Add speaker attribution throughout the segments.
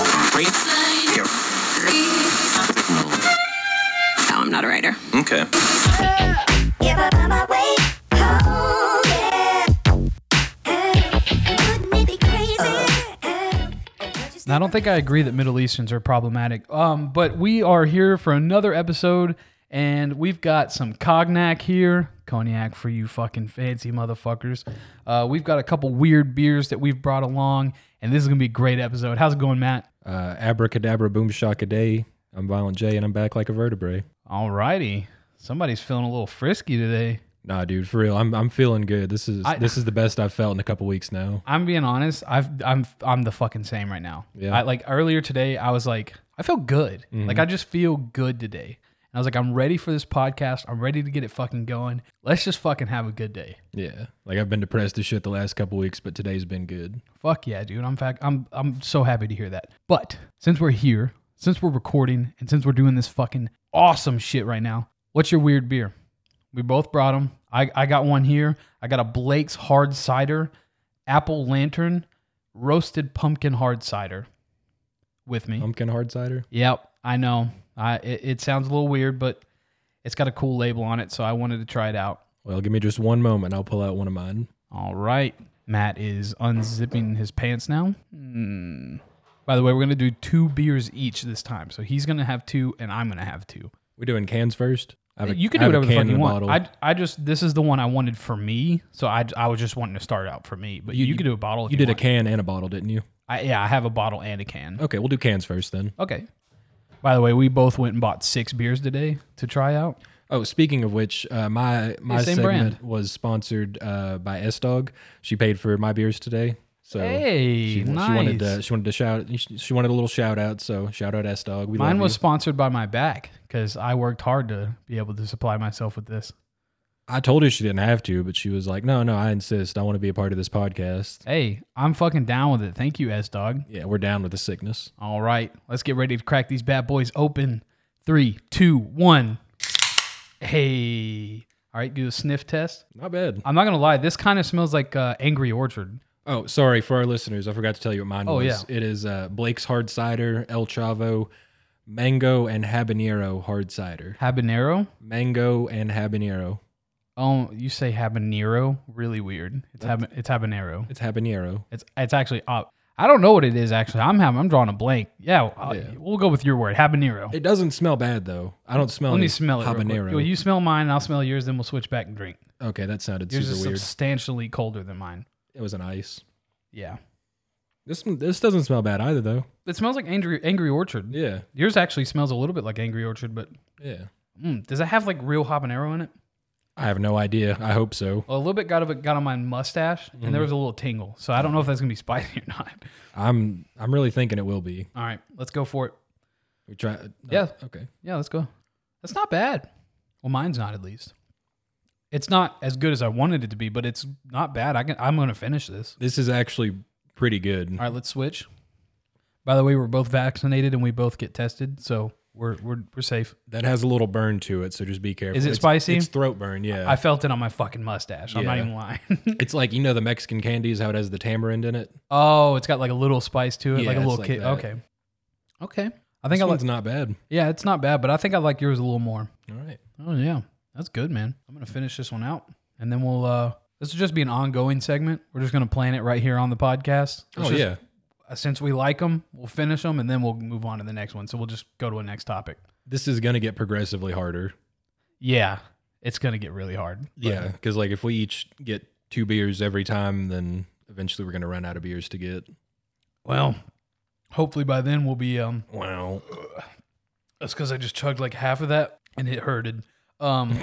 Speaker 1: Three? Here. No.
Speaker 2: No, I'm not a writer.
Speaker 1: Okay.
Speaker 3: Give up on my way. Oh, yeah. Oh, wouldn't it be crazy? Oh.
Speaker 4: I don't think I agree that Middle Easterns are problematic. Um, but we are here for another episode, and we've got some cognac here, cognac for you fucking fancy motherfuckers. Uh, we've got a couple weird beers that we've brought along, and this is gonna be a great episode. How's it going, Matt?
Speaker 5: Uh, abracadabra, boom shock a day. I'm Violent J, and I'm back like a vertebrae.
Speaker 4: Alrighty, somebody's feeling a little frisky today.
Speaker 5: Nah, dude, for real. I'm I'm feeling good. This is
Speaker 4: I-
Speaker 5: this is the best I've felt in a couple weeks now.
Speaker 4: I'm being honest. I've I'm I'm the fucking same right now.
Speaker 5: Yeah.
Speaker 4: I, like earlier today, I was like, I feel good. Like I just feel good today. And I was like, I'm ready for this podcast. I'm ready to get it fucking going. Let's just fucking have a good day.
Speaker 5: Yeah, like I've been depressed as shit the last couple weeks, but today's been good.
Speaker 4: Fuck yeah, dude. I'm fact I'm I'm so happy to hear that. But since we're here, since we're recording, and since we're doing this fucking awesome shit right now, what's your weird beer? We both brought them. I, I got one here. I got a Blake's hard cider, apple lantern, roasted pumpkin hard cider with me.
Speaker 5: Pumpkin hard cider.
Speaker 4: Yep, I know. I it, it sounds a little weird, but it's got a cool label on it, so I wanted to try it out.
Speaker 5: Well, give me just one moment. I'll pull out one of mine.
Speaker 4: All right. Matt is unzipping his pants now. Hmm. By the way, we're going to do two beers each this time. So he's going to have two, and I'm going to have two.
Speaker 5: We doing cans first. I have a-
Speaker 4: You can
Speaker 5: I
Speaker 4: do
Speaker 5: have a
Speaker 4: whatever the
Speaker 5: can
Speaker 4: fuck
Speaker 5: and
Speaker 4: you
Speaker 5: a
Speaker 4: want.
Speaker 5: bottle.
Speaker 4: I, I just, this is the one I wanted for me. So I, I was just wanting to start out for me. But you,
Speaker 5: You-
Speaker 4: you could do a bottle. If
Speaker 5: you
Speaker 4: you
Speaker 5: did a
Speaker 4: want.
Speaker 5: can and a bottle, didn't you?
Speaker 4: I, yeah, I have a bottle and a can.
Speaker 5: Okay, we'll do cans first then.
Speaker 4: Okay. By the way, we both went and bought six beers today to try out.
Speaker 5: Oh, speaking of which, uh, my my
Speaker 4: same
Speaker 5: segment
Speaker 4: brand.
Speaker 5: was sponsored uh, by S Dog. She paid for my beers today, so
Speaker 4: Hey,
Speaker 5: she,
Speaker 4: nice.
Speaker 5: she wanted to, she wanted to shout she she wanted a little shout out. So shout out S Dog. We
Speaker 4: Mine
Speaker 5: love
Speaker 4: was
Speaker 5: you.
Speaker 4: sponsored by my back because I worked hard to be able to supply myself with this.
Speaker 5: I told her she didn't have to, but she was like, "No, no, I insist. I want to be a part of this podcast."
Speaker 4: Hey, I'm fucking down with it. Thank you, S Dog.
Speaker 5: Yeah, we're down with the sickness.
Speaker 4: All right, let's get ready to crack these bad boys open. Three, two, one. Hey. All right, do a sniff test.
Speaker 5: Not bad.
Speaker 4: I'm not gonna lie, this kind of smells like uh, Angry Orchard.
Speaker 5: Oh, sorry for our listeners. I forgot to tell you what mine
Speaker 4: Oh,
Speaker 5: was.
Speaker 4: yeah.
Speaker 5: It is uh, Blake's Hard Cider, El Chavo, Mango and Habanero Hard Cider.
Speaker 4: Habanero.
Speaker 5: Mango and Habanero.
Speaker 4: Oh, you say habanero? Really weird. It's hab- it's habanero.
Speaker 5: It's Habanero.
Speaker 4: It's it's actually uh, I don't know what it is actually. I'm having I'm drawing a blank. Yeah, uh,
Speaker 5: Yeah.
Speaker 4: we'll go with your word, habanero.
Speaker 5: It doesn't smell bad though. I don't smell.
Speaker 4: Let
Speaker 5: any
Speaker 4: me smell it. real quick.
Speaker 5: Habanero.
Speaker 4: Well, you smell mine, and I'll smell yours, then we'll switch back and drink.
Speaker 5: okay, that sounded
Speaker 4: Yours is
Speaker 5: super weird.
Speaker 4: substantially colder than mine.
Speaker 5: It was an ice.
Speaker 4: Yeah.
Speaker 5: This one- this doesn't smell bad either though.
Speaker 4: It smells like Angry Angry Orchard.
Speaker 5: Yeah,
Speaker 4: Yours actually smells a little bit like Angry Orchard, but
Speaker 5: yeah.
Speaker 4: mm, does it have like real habanero in it?
Speaker 5: I have no idea. I hope so.
Speaker 4: Well, a little bit got of it got on my mustache, and
Speaker 5: Mm-hmm.
Speaker 4: there was a little tingle. So I don't know if that's gonna be spicy or not.
Speaker 5: I'm I'm really thinking it will be.
Speaker 4: All right, let's go for it.
Speaker 5: We try. uh,
Speaker 4: Yeah.
Speaker 5: Okay.
Speaker 4: Yeah, let's go. That's not bad. Well, mine's not at least. It's not as good as I wanted it to be, but it's not bad. I can I'm gonna finish this.
Speaker 5: This is actually pretty good.
Speaker 4: All right, let's switch. By the way, we're both vaccinated and we both get tested, so we're we're we're safe.
Speaker 5: That has a little burn to it, so just be careful.
Speaker 4: Is it
Speaker 5: It's-
Speaker 4: spicy?
Speaker 5: It's throat burn. Yeah.
Speaker 4: I felt it on my fucking mustache. I'm not
Speaker 5: Yeah.
Speaker 4: even lying.
Speaker 5: it's like you know the Mexican candies how it has the tamarind in it.
Speaker 4: Oh, it's got like a little spice to it,
Speaker 5: Yeah,
Speaker 4: like a
Speaker 5: it's
Speaker 4: little
Speaker 5: like
Speaker 4: kick.
Speaker 5: that.
Speaker 4: Okay. Okay. I
Speaker 5: I
Speaker 4: think
Speaker 5: think
Speaker 4: I
Speaker 5: this
Speaker 4: like
Speaker 5: one's not bad.
Speaker 4: Yeah, it's not bad, but I think I like yours a little more.
Speaker 5: All right.
Speaker 4: Oh yeah. That's good, man. I'm going to finish this one out and then we'll uh this will just be an ongoing segment. We're just going to plan it right here on the podcast. It's
Speaker 5: Oh
Speaker 4: just-
Speaker 5: yeah.
Speaker 4: uh, Since we like them, we'll finish them and then we'll move on to the next one. So we'll just go to a next topic.
Speaker 5: This is gonna get progressively harder.
Speaker 4: Yeah. It's going to get really hard.
Speaker 5: Yeah, because like if we each get two beers every time, then eventually we're gonna run out of beers to get.
Speaker 4: Well, hopefully by then we'll be um
Speaker 5: Wow.
Speaker 4: That's because I just chugged like half of that and it hurted. Um,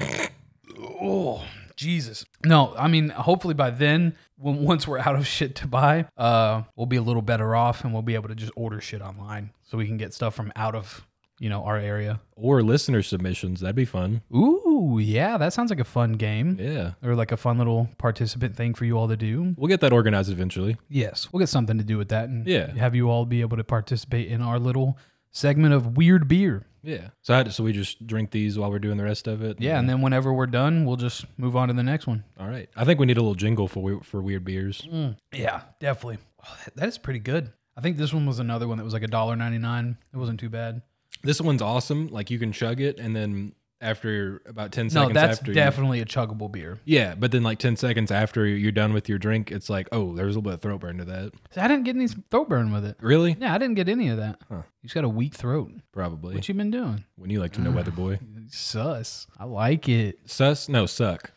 Speaker 4: oh, Jesus. No, I mean, hopefully by then, when once we're out of shit to buy, uh, we'll be a little better off and we'll be able to just order shit online so we can get stuff from out of you know our area.
Speaker 5: Or listener submissions. That'd be fun.
Speaker 4: Ooh, yeah, that sounds like a fun game.
Speaker 5: Yeah.
Speaker 4: Or like a fun little participant thing for you all to do.
Speaker 5: We'll get that organized eventually.
Speaker 4: Yes, we'll get something to do with that, and
Speaker 5: Yeah.
Speaker 4: have you all be able to participate in our little segment of weird beer.
Speaker 5: Yeah. So I, so we just drink these while we're doing the rest of it.
Speaker 4: Yeah, and then whenever we're done, we'll just move on to the next one.
Speaker 5: All
Speaker 4: Mm.
Speaker 5: right. I think we need a little jingle for we- for weird beers.
Speaker 4: Yeah, definitely. Oh, that, that is pretty good. I I think this one was another one that was like a dollar ninety nine. It wasn't too bad.
Speaker 5: This one's awesome. Like you can chug it, and then after about ten
Speaker 4: No,
Speaker 5: seconds
Speaker 4: that's
Speaker 5: after,
Speaker 4: definitely a chuggable beer.
Speaker 5: You, yeah, but then like ten seconds after you're done with your drink, it's like, oh, there's a little bit of throat burn to that.
Speaker 4: See, I didn't get any throat burn with it.
Speaker 5: Really?
Speaker 4: Yeah, I didn't get any of that.
Speaker 5: Huh.
Speaker 4: You just got a weak throat.
Speaker 5: Probably.
Speaker 4: What you been doing?
Speaker 5: when you like to know weather boy.
Speaker 4: Sus. I like it.
Speaker 5: Sus? No, suck.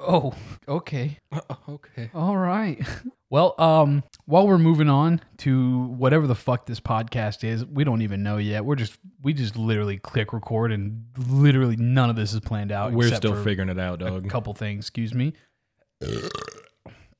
Speaker 4: Oh, Uh, okay.
Speaker 5: okay.
Speaker 4: All right. Well, um, while we're moving on to whatever the fuck this podcast is, we don't even know yet. We're just we just literally click record and literally none of this is planned out.
Speaker 5: We're
Speaker 4: except
Speaker 5: still
Speaker 4: for
Speaker 5: figuring it out,
Speaker 4: a
Speaker 5: dog.
Speaker 4: couple things, excuse me.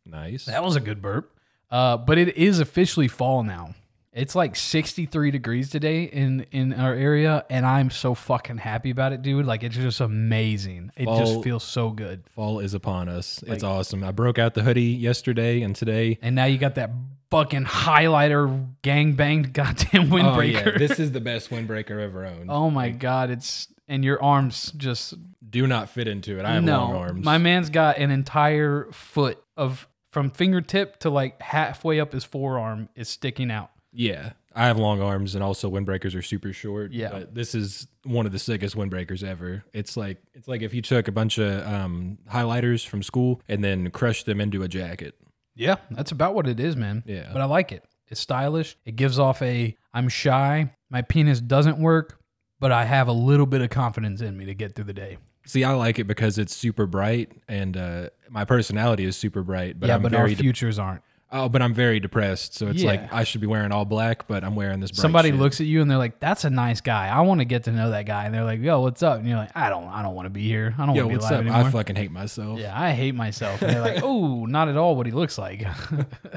Speaker 5: Nice.
Speaker 4: That was a good burp. Uh, but it is officially fall now. It's like 63 degrees today in in our area, and I'm so fucking happy about it, dude. Like it's just amazing. It just
Speaker 5: Fall-
Speaker 4: feels so good.
Speaker 5: Fall is upon us. it's awesome. I broke out the hoodie yesterday and today.
Speaker 4: And now you got that fucking highlighter gang banged goddamn windbreaker. Oh,
Speaker 5: this is the best windbreaker ever owned.
Speaker 4: my god, it's and your arms just
Speaker 5: Do not fit into it. I have long
Speaker 4: no.
Speaker 5: arms.
Speaker 4: My man's got an entire foot of from fingertip to like halfway up his forearm is sticking out.
Speaker 5: yeah. I have long arms and also windbreakers are super short.
Speaker 4: Yeah.
Speaker 5: But this is one of the sickest windbreakers ever. It's like it's like if you took a bunch of um, highlighters from school and then crushed them into a jacket.
Speaker 4: Yeah, that's about what it is, man.
Speaker 5: Yeah.
Speaker 4: But I like it. It's stylish. It gives off a I'm shy. My penis doesn't work, but I have a little bit of confidence in me to get through the day.
Speaker 5: See, I like it because it's super bright, and uh, my personality is super bright. But
Speaker 4: yeah,
Speaker 5: I'm
Speaker 4: but our
Speaker 5: very de-
Speaker 4: futures aren't.
Speaker 5: oh, but I'm very depressed. So it's
Speaker 4: Yeah.
Speaker 5: like I should be wearing all black, but I'm wearing this. Bright
Speaker 4: somebody
Speaker 5: shit.
Speaker 4: looks at you and they're like, "That's a nice guy. I want to get to know that guy." And they're like, "Yo, what's up?" And you're like, "I don't, I don't want to be here. I don't
Speaker 5: Yo,
Speaker 4: want to be
Speaker 5: what's
Speaker 4: alive
Speaker 5: up?
Speaker 4: anymore."
Speaker 5: I fucking hate myself.
Speaker 4: yeah, I hate myself. And they're like, "Oh, not at all what he looks like."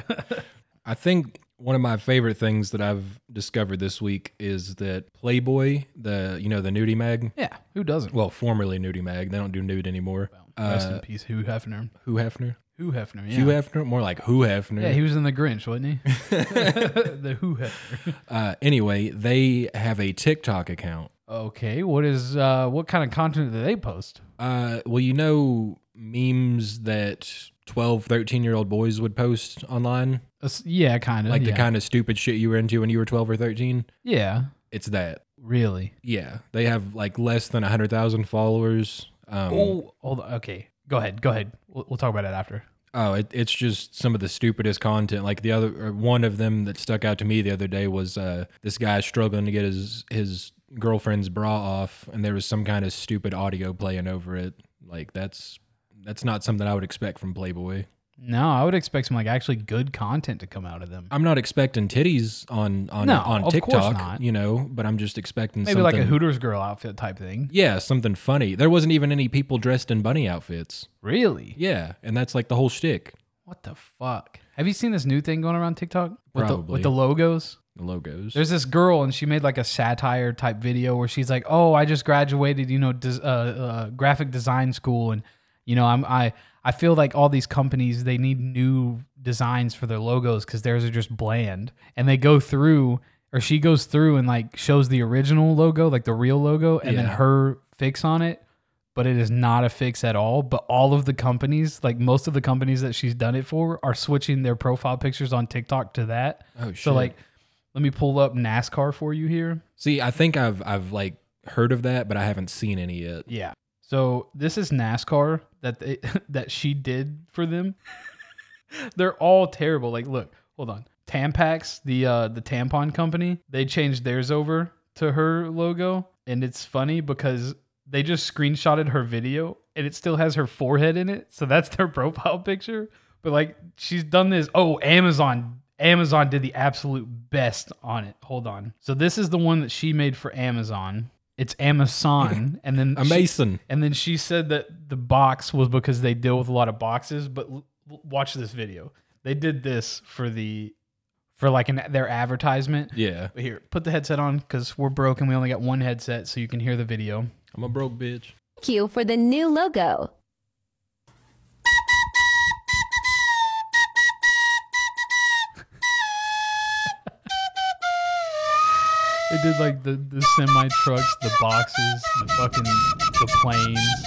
Speaker 5: I think one of my favorite things that I've discovered this week is that Playboy, the you know the nudie mag,
Speaker 4: yeah, who doesn't?
Speaker 5: well formerly nudie mag, they don't do nude anymore.
Speaker 4: Rest
Speaker 5: uh,
Speaker 4: in peace, Hugh Hefner.
Speaker 5: Who Hefner?
Speaker 4: Hugh Hefner. Yeah.
Speaker 5: Hugh Hefner? More like Who Hefner?
Speaker 4: yeah, he was in the Grinch, wasn't he? the Who Hefner.
Speaker 5: uh, anyway, they have a TikTok account.
Speaker 4: Okay, what is uh, what kind of content do they post?
Speaker 5: Uh, well, you know memes that 12, 13 year old boys would post online,
Speaker 4: Uh, s- yeah, kind of.
Speaker 5: like
Speaker 4: yeah.
Speaker 5: the kind of stupid shit you were into when you were 12 or 13.
Speaker 4: Yeah,
Speaker 5: It's that.
Speaker 4: really.
Speaker 5: Yeah. They have like less than 100,000 followers. Um, oh,
Speaker 4: Oh, hold on. Okay, go ahead. Go ahead. We'll, we'll talk about it after.
Speaker 5: Oh, it, it's just some of the stupidest content. Like the other, or one of them that stuck out to me the other day was uh, this guy struggling to get his, his girlfriend's bra off, and there was some kind of stupid audio playing over it. Like that's. That's not something I would expect from Playboy.
Speaker 4: No, I would expect some like actually good content to come out of them.
Speaker 5: I'm not expecting titties on on
Speaker 4: No,
Speaker 5: on
Speaker 4: of course
Speaker 5: TikTok,
Speaker 4: not.
Speaker 5: you know, but I'm just expecting
Speaker 4: Maybe
Speaker 5: something,
Speaker 4: like a Hooters girl outfit type thing.
Speaker 5: yeah, something funny. There wasn't even any people dressed in bunny outfits.
Speaker 4: Really?
Speaker 5: Yeah, and that's like the whole shtick.
Speaker 4: What the fuck? Have you seen this new thing going around TikTok with the,
Speaker 5: Probably.
Speaker 4: with the logos?
Speaker 5: The logos.
Speaker 4: There's this girl and she made like a satire type video where she's like, "Oh, I just graduated, you know, des- uh, uh, graphic design school, and you know, I'm I I feel like all these companies they need new designs for their logos because theirs are just bland, and they go through." Or she goes through and like shows the original logo, like the real logo, and then
Speaker 5: Yeah.
Speaker 4: her fix on it, but it is not a fix at all. But all of the companies, like most of the companies that she's done it for, are switching their profile pictures on TikTok to that.
Speaker 5: Oh,
Speaker 4: So
Speaker 5: shit.
Speaker 4: like, let me pull up NASCAR for you here.
Speaker 5: See, I think I've I've like heard of that, but I haven't seen any yet.
Speaker 4: Yeah. So this is NASCAR that they, that she did for them. They're all terrible. Like, look, hold on. Tampax, the uh, the tampon company, they changed theirs over to her logo, and it's funny because they just screenshotted her video, and it still has her forehead in it. So that's their profile picture. But like, she's done this. Oh, Amazon. Amazon did the absolute best on it. Hold on. So this is the one that she made for Amazon. It's Amazon, and then
Speaker 5: A
Speaker 4: she-
Speaker 5: mason.
Speaker 4: and then she said that the box was because they deal with a lot of boxes. But l- l- watch this video. They did this for the for like an their advertisement.
Speaker 5: Yeah,
Speaker 4: Here, put the headset on because we're broken. We only got one headset, so you can hear the video.
Speaker 5: I'm a broke bitch.
Speaker 6: Thank you for the new logo.
Speaker 4: They did like the the semi trucks, the boxes, the fucking the planes.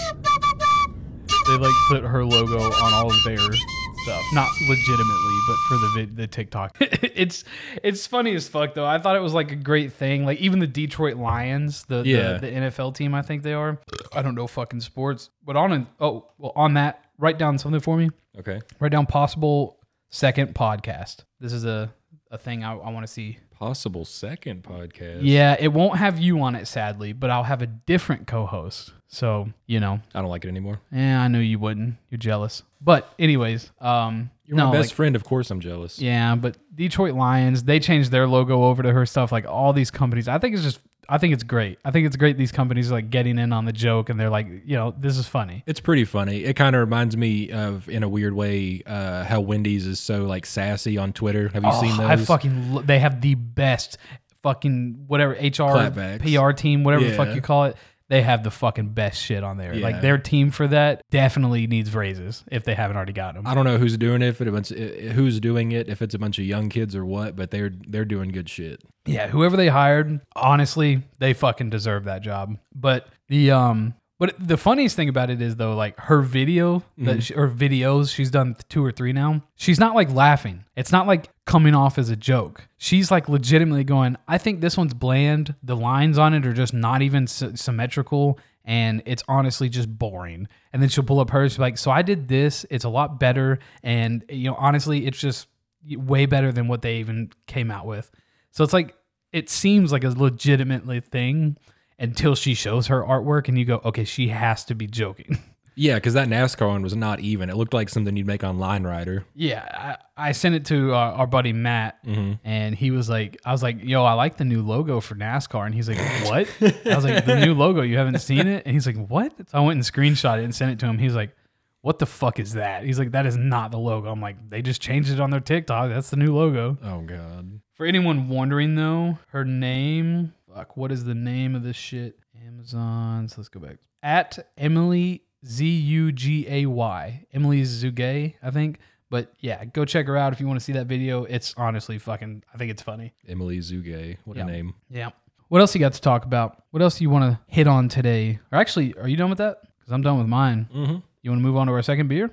Speaker 4: They like put her logo on all of their stuff, not legitimately, but for the vid- the TikTok. it's it's funny as fuck though. I thought it was like a great thing. Like even the Detroit Lions, the
Speaker 5: Yeah.
Speaker 4: the, the NFL team, I think they are. I don't know fucking sports, but on an, oh well on that, write down something for me.
Speaker 5: Okay.
Speaker 4: Write down possible second podcast. This is a a thing I, I want to see.
Speaker 5: Possible second podcast.
Speaker 4: Yeah, it won't have you on it sadly, but I'll have a different co-host. So you know,
Speaker 5: I don't like it anymore.
Speaker 4: yeah, I knew you wouldn't. You're jealous. But anyways, um,
Speaker 5: You're
Speaker 4: no,
Speaker 5: my best
Speaker 4: like-
Speaker 5: friend. Of course, I'm jealous.
Speaker 4: Yeah, but Detroit Lions, they changed their logo over to her stuff. Like all these companies, I think it's just, I think it's great. I think it's great. These companies are like getting in on the joke, and they're like, you know, this is funny.
Speaker 5: It's pretty funny. It kind of reminds me of, in a weird way, uh, how Wendy's is so like sassy on Twitter. Have you seen
Speaker 4: Oh,
Speaker 5: those?
Speaker 4: I fucking, lo- they have the best fucking whatever HR,
Speaker 5: Clapbacks.
Speaker 4: PR team, whatever the fuck
Speaker 5: Yeah.
Speaker 4: you call it. They have the fucking best shit on there.
Speaker 5: Yeah.
Speaker 4: Like their team for that definitely needs raises if they haven't already got them.
Speaker 5: I don't know who's doing it, if it, if it's- who's doing it, if it's a bunch of young kids or what, but they're they're doing good shit.
Speaker 4: yeah, whoever they hired, honestly, they fucking deserve that job. But the um but the funniest thing about it is though like her video that she, or videos she's done two or three now. She's not like laughing. It's not like coming off as a joke. She's like legitimately going, "I think this one's bland. The lines on it are just not even s- symmetrical." And it's honestly just boring. And then she'll pull up hers. She's like, "So I did this. It's a lot better." And you know, honestly, it's just way better than what they even came out with. So it's like it seems like a legitimately thing until she shows her artwork and you go, okay, she has to be joking.
Speaker 5: Yeah, because that NASCAR one was not even. It looked like something you'd make on Line Rider.
Speaker 4: Yeah, I, I sent it to our, our buddy Matt,
Speaker 5: Mm-hmm.
Speaker 4: and he was like, I was like, yo, I like the new logo for NASCAR. And he's like, what? I was like, the new logo, you haven't seen it? And he's like, what? So I went and screenshot it and sent it to him. He's like, what the fuck is that? He's like, that is not the logo. I'm like, they just changed it on their TikTok. That's the new logo.
Speaker 5: Oh God.
Speaker 4: For anyone wondering though, her name, fuck, what is the name of this shit? Amazon. So let's go back. At Emily Z U G A Y. Emily Zugay, I think. But yeah, go check her out if you want to see that video. It's honestly fucking I think it's funny.
Speaker 5: Emily Zugay. What a name.
Speaker 4: Yeah. What else you got to talk about? What else do you want to hit on today? Or actually, are you done with that? Because I'm done with mine. Mm-hmm. You want to move on to our second beer?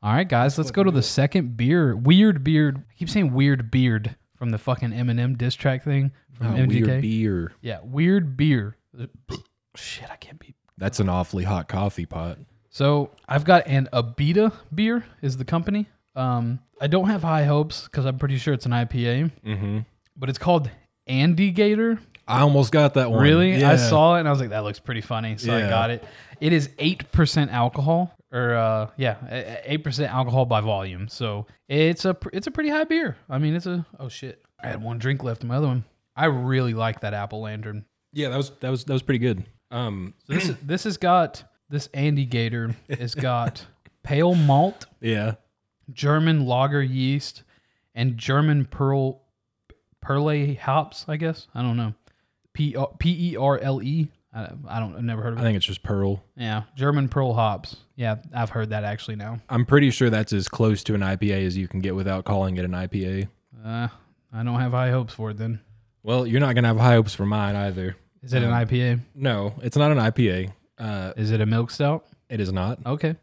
Speaker 4: All right, guys, let's go to the second beer. Weird beard. I keep saying weird beard from the fucking Eminem diss track thing from
Speaker 5: Oh,
Speaker 4: MGK.
Speaker 5: weird beer.
Speaker 4: yeah, weird beer. Shit, I can't be.
Speaker 5: That's an awfully hot coffee pot.
Speaker 4: So I've got an Abita beer is the company. Um, I don't have high hopes because I'm pretty sure it's an IPA,
Speaker 5: Mm-hmm.
Speaker 4: but it's called Andy Gator.
Speaker 5: I almost got that one.
Speaker 4: Really? I
Speaker 5: Yeah.
Speaker 4: saw it and I was like, that looks pretty funny. So I
Speaker 5: Yeah.
Speaker 4: got it. It is 8% alcohol or uh, yeah, e- e- 8% alcohol by volume. So it's a, pr- it's a pretty high beer. I mean, it's a, oh shit. I had one drink left in my other one. I really like that apple lantern.
Speaker 5: Yeah, that was that was that was pretty good. Um.
Speaker 4: So this, this has got, this Andy Gator has got pale malt,
Speaker 5: Yeah.
Speaker 4: German lager yeast, and German pearl, perle hops, I guess. I don't know. P P E R L E. I, I don't, I've never heard of it.
Speaker 5: I think it's just Pearl.
Speaker 4: Yeah, German pearl hops. Yeah, I've heard that actually now.
Speaker 5: I'm pretty sure that's as close to an IPA as you can get without calling it an IPA.
Speaker 4: Uh, I don't have high hopes for it then.
Speaker 5: Well, you're not gonna have high hopes for mine either.
Speaker 4: Is it an IPA?
Speaker 5: No, it's not an IPA. Uh,
Speaker 4: Is it a milk stout?
Speaker 5: it is not.
Speaker 4: Okay.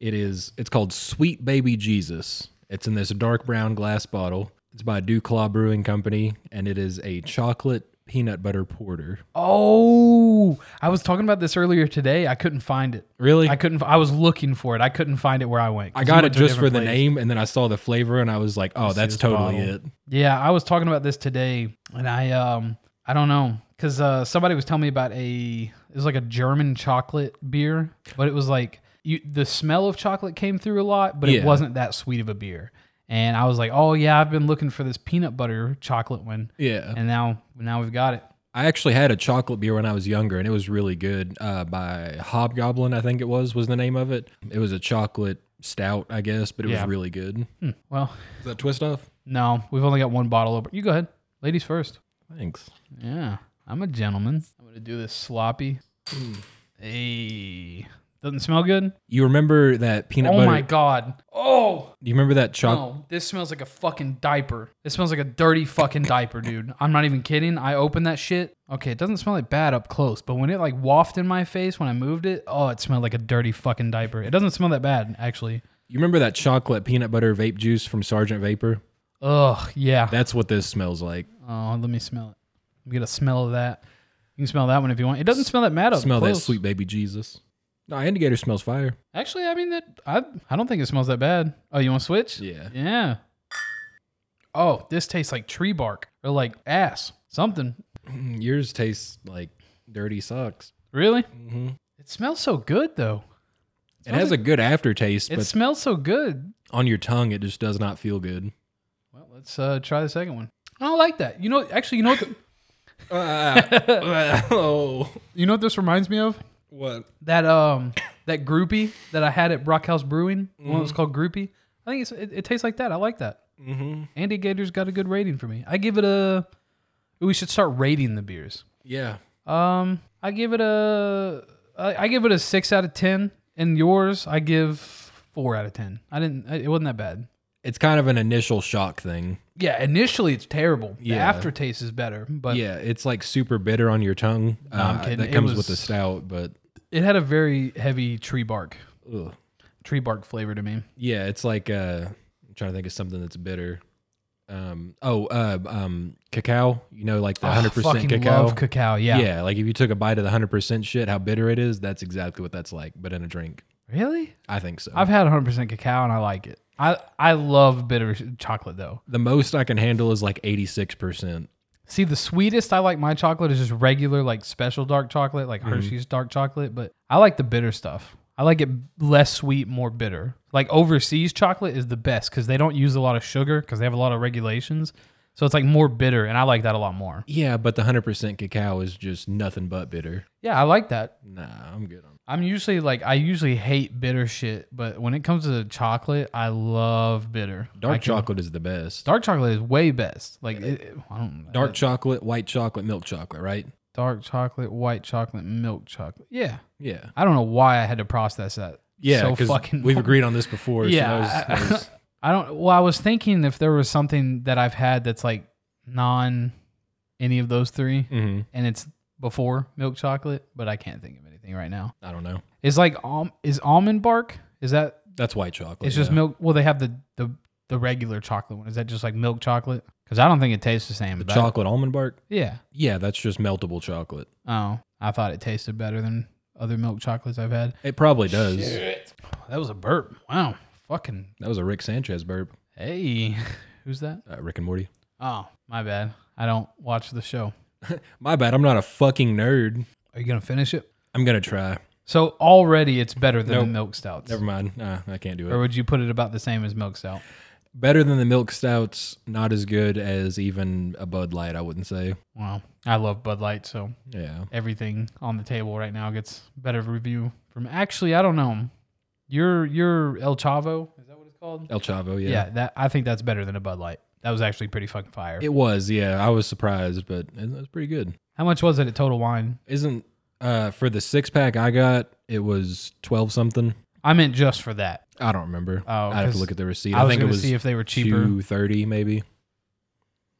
Speaker 5: It is. It's called Sweet Baby Jesus. It's in this dark brown glass bottle. It's by Duclaw Brewing Company, and it is a chocolate peanut butter porter.
Speaker 4: Oh, I was talking about this earlier today. I couldn't find it.
Speaker 5: Really?
Speaker 4: I couldn't. I was looking for it. I couldn't find it where I went. 'cause
Speaker 5: I
Speaker 4: you
Speaker 5: got it
Speaker 4: went to a
Speaker 5: just for
Speaker 4: different
Speaker 5: the
Speaker 4: place.
Speaker 5: name, and then I saw the flavor, and I was like, "Oh, that's
Speaker 4: this
Speaker 5: totally
Speaker 4: bottle.
Speaker 5: it."
Speaker 4: Yeah, I was talking about this today, and I um I don't know because uh, somebody was telling me about a it was like a German chocolate beer, but it was like you the smell of chocolate came through a lot, but it
Speaker 5: Yeah.
Speaker 4: wasn't that sweet of a beer. And I was like, oh yeah, I've been looking for this peanut butter chocolate one,
Speaker 5: Yeah,
Speaker 4: and now now we've got it.
Speaker 5: I actually had a chocolate beer when I was younger, and it was really good. Uh, by Hobgoblin, I think it was was the name of it. It was a chocolate stout, I guess, but it
Speaker 4: Yeah.
Speaker 5: was really good.
Speaker 4: Well,
Speaker 5: Is that twist off?
Speaker 4: no, we've only got one bottle open. You go ahead, ladies first.
Speaker 5: Thanks.
Speaker 4: Yeah, I'm a gentleman. I'm gonna do this sloppy.
Speaker 5: Hmm.
Speaker 4: Hey, doesn't smell good.
Speaker 5: You remember that peanut
Speaker 4: Oh
Speaker 5: butter?
Speaker 4: my god. Oh.
Speaker 5: You remember that chocolate?
Speaker 4: No, this smells like a fucking diaper. This smells like a dirty fucking diaper, dude. I'm not even kidding. I opened that shit. Okay, it doesn't smell like bad up close, but when it like wafted in my face when I moved it, oh, it smelled like a dirty fucking diaper. It doesn't smell that bad, actually.
Speaker 5: You remember that chocolate peanut butter vape juice from Sergeant Vapor?
Speaker 4: Ugh, yeah.
Speaker 5: That's what this smells like.
Speaker 4: oh, let me smell it. Let me get a smell of that. You can smell that one if you want. It doesn't smell that bad. up
Speaker 5: Smell that
Speaker 4: Oh, close.
Speaker 5: sweet baby Jesus. No, indicator smells fire.
Speaker 4: Actually, I mean that I I don't think it smells that bad. Oh, you want to switch?
Speaker 5: Yeah.
Speaker 4: Yeah. Oh, this tastes like tree bark or like ass. Something.
Speaker 5: Mm, Yours tastes like dirty socks.
Speaker 4: Really? Mm-hmm. It smells so good though.
Speaker 5: It has a good aftertaste,
Speaker 4: It
Speaker 5: but
Speaker 4: smells so good.
Speaker 5: on your tongue, it just does not feel good.
Speaker 4: Well, let's uh, try the second one. I don't like that. You know, actually, you know, what th- Uh,
Speaker 5: oh,
Speaker 4: you know what this reminds me of?
Speaker 5: what?
Speaker 4: That um, that groupie that I had at Brockhouse Brewing. The one that was called groupie. I think it's, it, it tastes like that. I like that. Mm-hmm. Andy Gator's got a good rating for me. I give it a. We should start rating the beers.
Speaker 5: Yeah.
Speaker 4: Um, I give it a I, I give it a six out of ten, and yours I give four out of ten. I didn't. It wasn't that bad.
Speaker 5: It's kind of an initial shock thing.
Speaker 4: Yeah, initially it's terrible. The
Speaker 5: Yeah.
Speaker 4: aftertaste is better, but
Speaker 5: Yeah, it's like super bitter on your tongue.
Speaker 4: I'm
Speaker 5: Uh,
Speaker 4: kidding.
Speaker 5: That
Speaker 4: It
Speaker 5: comes
Speaker 4: was-
Speaker 5: with the stout, but
Speaker 4: it had a very heavy tree bark,
Speaker 5: ugh.
Speaker 4: tree bark flavor to me.
Speaker 5: yeah, it's like uh, I'm trying to think of something that's bitter. Um, oh, uh, um, cacao. You know, like the 100
Speaker 4: I
Speaker 5: percent
Speaker 4: Oh, fucking
Speaker 5: cacao.
Speaker 4: love cacao. Yeah.
Speaker 5: yeah. like if you took a bite of the 100 percent shit, how bitter it is. That's exactly what that's like, but in a drink.
Speaker 4: Really?
Speaker 5: I think so.
Speaker 4: I've had 100 percent cacao and I like it. I I love bitter sh- chocolate though.
Speaker 5: the most I can handle is like 86 percent.
Speaker 4: See, the sweetest I like my chocolate is just regular, like special dark chocolate, like
Speaker 5: Mm-hmm.
Speaker 4: Hershey's dark chocolate. But I like the bitter stuff. I like it less sweet, more bitter. Like overseas chocolate is the best because they don't use a lot of sugar because they have a lot of regulations. So it's like more bitter, and I like that a lot more.
Speaker 5: Yeah, but the 100 percent cacao is just nothing but bitter.
Speaker 4: Yeah, I like that.
Speaker 5: Nah, I'm good on.
Speaker 4: I'm usually like I usually hate bitter shit, but when it comes to chocolate, I love bitter. I
Speaker 5: Dark
Speaker 4: can-
Speaker 5: chocolate is the best.
Speaker 4: Dark chocolate is way best. Like it, it- I don't Uh,
Speaker 5: Dark chocolate, white chocolate, milk chocolate, right?
Speaker 4: dark chocolate, white chocolate, milk chocolate. Yeah.
Speaker 5: Yeah.
Speaker 4: I don't know why I had to process that.
Speaker 5: Yeah,
Speaker 4: so
Speaker 5: 'cause
Speaker 4: fucking.
Speaker 5: we've agreed on this before. so
Speaker 4: Yeah,
Speaker 5: that was- that was-
Speaker 4: I don't. Well, I was thinking if there was something that I've had that's like non any of those 3
Speaker 5: Mhm.
Speaker 4: and it's before milk chocolate, but I can't think of anything right now.
Speaker 5: I don't know.
Speaker 4: It's like um, is almond bark? Is that?
Speaker 5: That's white chocolate.
Speaker 4: It's just
Speaker 5: yeah.
Speaker 4: milk. Well, they have the the the regular chocolate one. Is that just like milk chocolate? Because I don't think it tastes the same.
Speaker 5: The
Speaker 4: but I-
Speaker 5: chocolate almond bark.
Speaker 4: Yeah.
Speaker 5: Yeah, that's just meltable chocolate.
Speaker 4: Oh, I thought it tasted better than other milk chocolates I've had.
Speaker 5: It probably does.
Speaker 4: That was a burp. Wow. Fucking
Speaker 5: That was a Rick Sanchez burp.
Speaker 4: Hey, who's that?
Speaker 5: Uh, Rick and Morty.
Speaker 4: Oh, my bad. I don't watch the show.
Speaker 5: My bad. I'm not a fucking nerd.
Speaker 4: Are you gonna finish it?
Speaker 5: I'm gonna try.
Speaker 4: So already it's better than
Speaker 5: Nope.
Speaker 4: the milk stouts.
Speaker 5: Never mind. Nah, I can't do it.
Speaker 4: Or would you put it about the same as milk stout?
Speaker 5: Better than the milk stouts. Not as good as even a Bud Light. I wouldn't say.
Speaker 4: Well, I love Bud Light, so
Speaker 5: Yeah.
Speaker 4: everything on the table right now gets better review from. Actually, I don't know. Your your El Chavo is that what it's called?
Speaker 5: El Chavo. Yeah.
Speaker 4: Yeah, that I think that's better than a Bud Light. That was actually pretty fucking fire.
Speaker 5: It was. Yeah. I was surprised, but it was pretty good.
Speaker 4: How much was it at Total Wine?
Speaker 5: Isn't uh for the six pack I got? It was twelve something.
Speaker 4: I meant just for that.
Speaker 5: I don't remember.
Speaker 4: Oh,
Speaker 5: I'd have
Speaker 4: 'cause
Speaker 5: to look at the receipt.
Speaker 4: I
Speaker 5: I,
Speaker 4: was
Speaker 5: think it
Speaker 4: gonna
Speaker 5: was
Speaker 4: see if they were cheaper.
Speaker 5: two thirty maybe.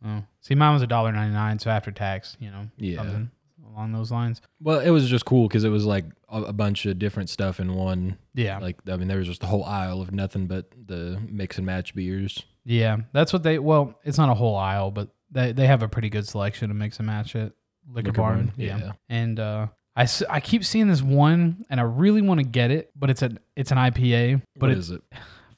Speaker 4: Oh. See, mine was a dollar ninety nine, so after tax, you know,
Speaker 5: Yeah.
Speaker 4: something along those lines.
Speaker 5: Well, it was just cool because it was like a, a bunch of different stuff in one.
Speaker 4: Yeah,
Speaker 5: Like I mean, there was just a whole aisle of nothing but the mix and match beers.
Speaker 4: yeah, that's what they. Well, it's not a whole aisle, but they they have a pretty good selection to mix and match at Liquor,
Speaker 5: Liquor
Speaker 4: Barn.
Speaker 5: Barn,
Speaker 4: Yeah.
Speaker 5: yeah.
Speaker 4: and uh, I s- I keep seeing this one, and I really want to get it, but it's an it's an IPA,
Speaker 5: what
Speaker 4: but it's
Speaker 5: is it?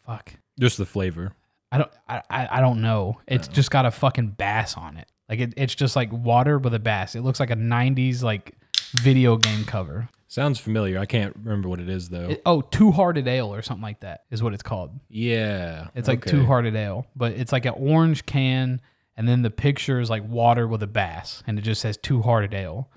Speaker 4: fuck.
Speaker 5: Just the flavor.
Speaker 4: I don't I, I I don't know. It's
Speaker 5: Oh.
Speaker 4: just got a fucking bass on it. Like it, it's just like water with a bass. It looks like a '90s like video game cover.
Speaker 5: Sounds familiar. I can't remember what it is though.
Speaker 4: It- oh, Two Hearted Ale or something like that is what it's called.
Speaker 5: yeah,
Speaker 4: It's like
Speaker 5: okay.
Speaker 4: two hearted ale, but it's like an orange can, and then the picture is like water with a bass, and it just says two hearted ale.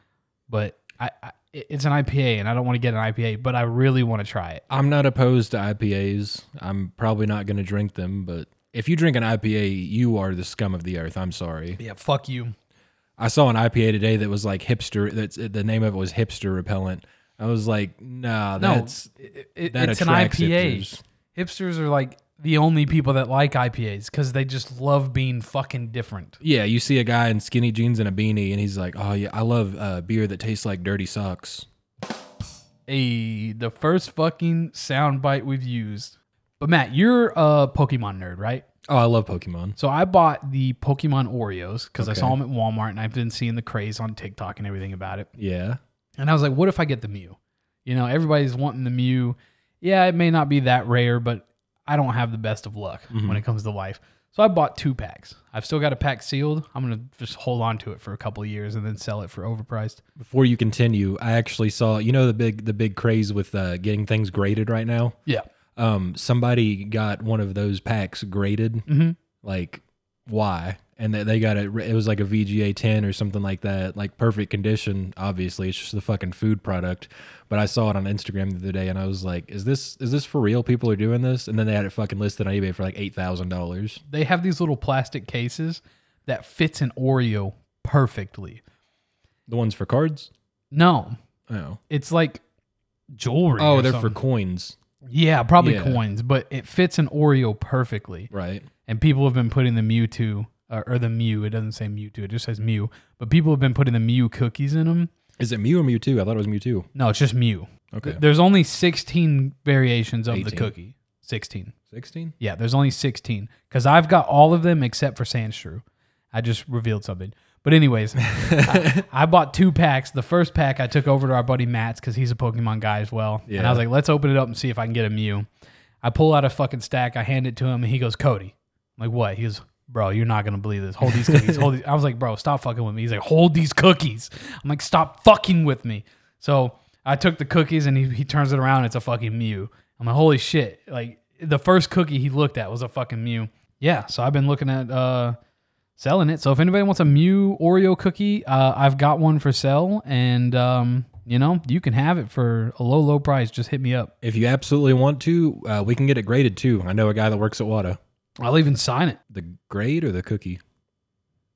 Speaker 4: But I, I it- it's an IPA, and I don't want to get an IPA, but I really want to try it.
Speaker 5: I'm not opposed to IPAs. I'm probably not going to drink them, but if you drink an IPA, you are the scum of the earth. I'm sorry.
Speaker 4: Yeah, fuck you.
Speaker 5: I saw an IPA today that was like hipster. That's uh, the name of it was hipster repellent. I was like, nah,
Speaker 4: No,
Speaker 5: that's
Speaker 4: it, it-
Speaker 5: that
Speaker 4: it's an
Speaker 5: attracts
Speaker 4: IPA.
Speaker 5: hipsters.
Speaker 4: Hipsters are like the only people that like IPAs because they just love being fucking different.
Speaker 5: yeah. You see a guy in skinny jeans and a beanie, and he's like, oh yeah, I love uh, beer that tastes like dirty socks.
Speaker 4: A the first fucking soundbite we've used. But Matt, you're a Pokemon nerd, right?
Speaker 5: Oh, I love Pokemon.
Speaker 4: So I bought the Pokemon Oreos because I
Speaker 5: Okay.
Speaker 4: saw them at Walmart and I've been seeing the craze on TikTok and everything about it.
Speaker 5: Yeah.
Speaker 4: And I was like, what if I get the Mew? You know, everybody's wanting the Mew. Yeah, it may not be that rare, but I don't have the best of luck when it comes to life. So I bought two packs. I've still got a pack sealed. I'm going to just hold on to it for a couple of years and then sell it for overpriced.
Speaker 5: Before you continue, I actually saw you know the big the big craze with uh, getting things graded right now.
Speaker 4: Yeah.
Speaker 5: Um, somebody got one of those packs graded.
Speaker 4: Mhm.
Speaker 5: Like, why? And they, they got it. It was like a VGA ten or something like that. Like perfect condition. Obviously, it's just the fucking food product. But I saw it on Instagram the other day, and I was like, "Is this is this for real? People are doing this?" And then they had it fucking listed on eBay for like eight thousand dollars.
Speaker 4: They have these little plastic cases that fits an Oreo perfectly.
Speaker 5: The ones for cards.
Speaker 4: No,
Speaker 5: Oh,
Speaker 4: it's like jewelry.
Speaker 5: oh,
Speaker 4: or
Speaker 5: they're
Speaker 4: something.
Speaker 5: for coins,
Speaker 4: Yeah, probably
Speaker 5: Yeah.
Speaker 4: coins, but it fits an Oreo perfectly.
Speaker 5: right?
Speaker 4: And people have been putting the Mewtwo or, or the Mew. It doesn't say Mewtwo. It just says Mew. But people have been putting the Mew cookies in them.
Speaker 5: Is it Mew or Mewtwo? I thought it was Mewtwo.
Speaker 4: No, it's just Mew.
Speaker 5: Okay.
Speaker 4: Th- There's only 16 variations of the
Speaker 5: 18.
Speaker 4: cookie. 16.
Speaker 5: 16?
Speaker 4: Yeah, there's only 16 because I've got all of them except for Sandshrew. I just revealed something. But anyways, I, I bought two packs. The first pack I took over to our buddy Matt's because he's a Pokemon guy as well. And I
Speaker 5: Yeah.
Speaker 4: was like, let's open it up and see if I can get a Mew. I pull out a fucking stack. I hand it to him, and he goes, Cody. I'm like, what? He goes, bro, you're not gonna believe this. Hold these cookies. Hold. These. I was like, bro, stop fucking with me. He's like, hold these cookies. I'm like, stop fucking with me. So I took the cookies, and he, he turns it around. It's a fucking Mew. I'm like, holy shit. Like the first cookie he looked at was a fucking Mew. Yeah. So I've been looking at uh selling it. So if anybody wants a Mew Oreo cookie, uh, I've got one for sale, and um, you know you can have it for a low, low price. Just hit me up.
Speaker 5: If you absolutely want to, uh, we can get it graded too. I know a guy that works at WADA.
Speaker 4: I'll even sign it,
Speaker 5: The grade or the cookie?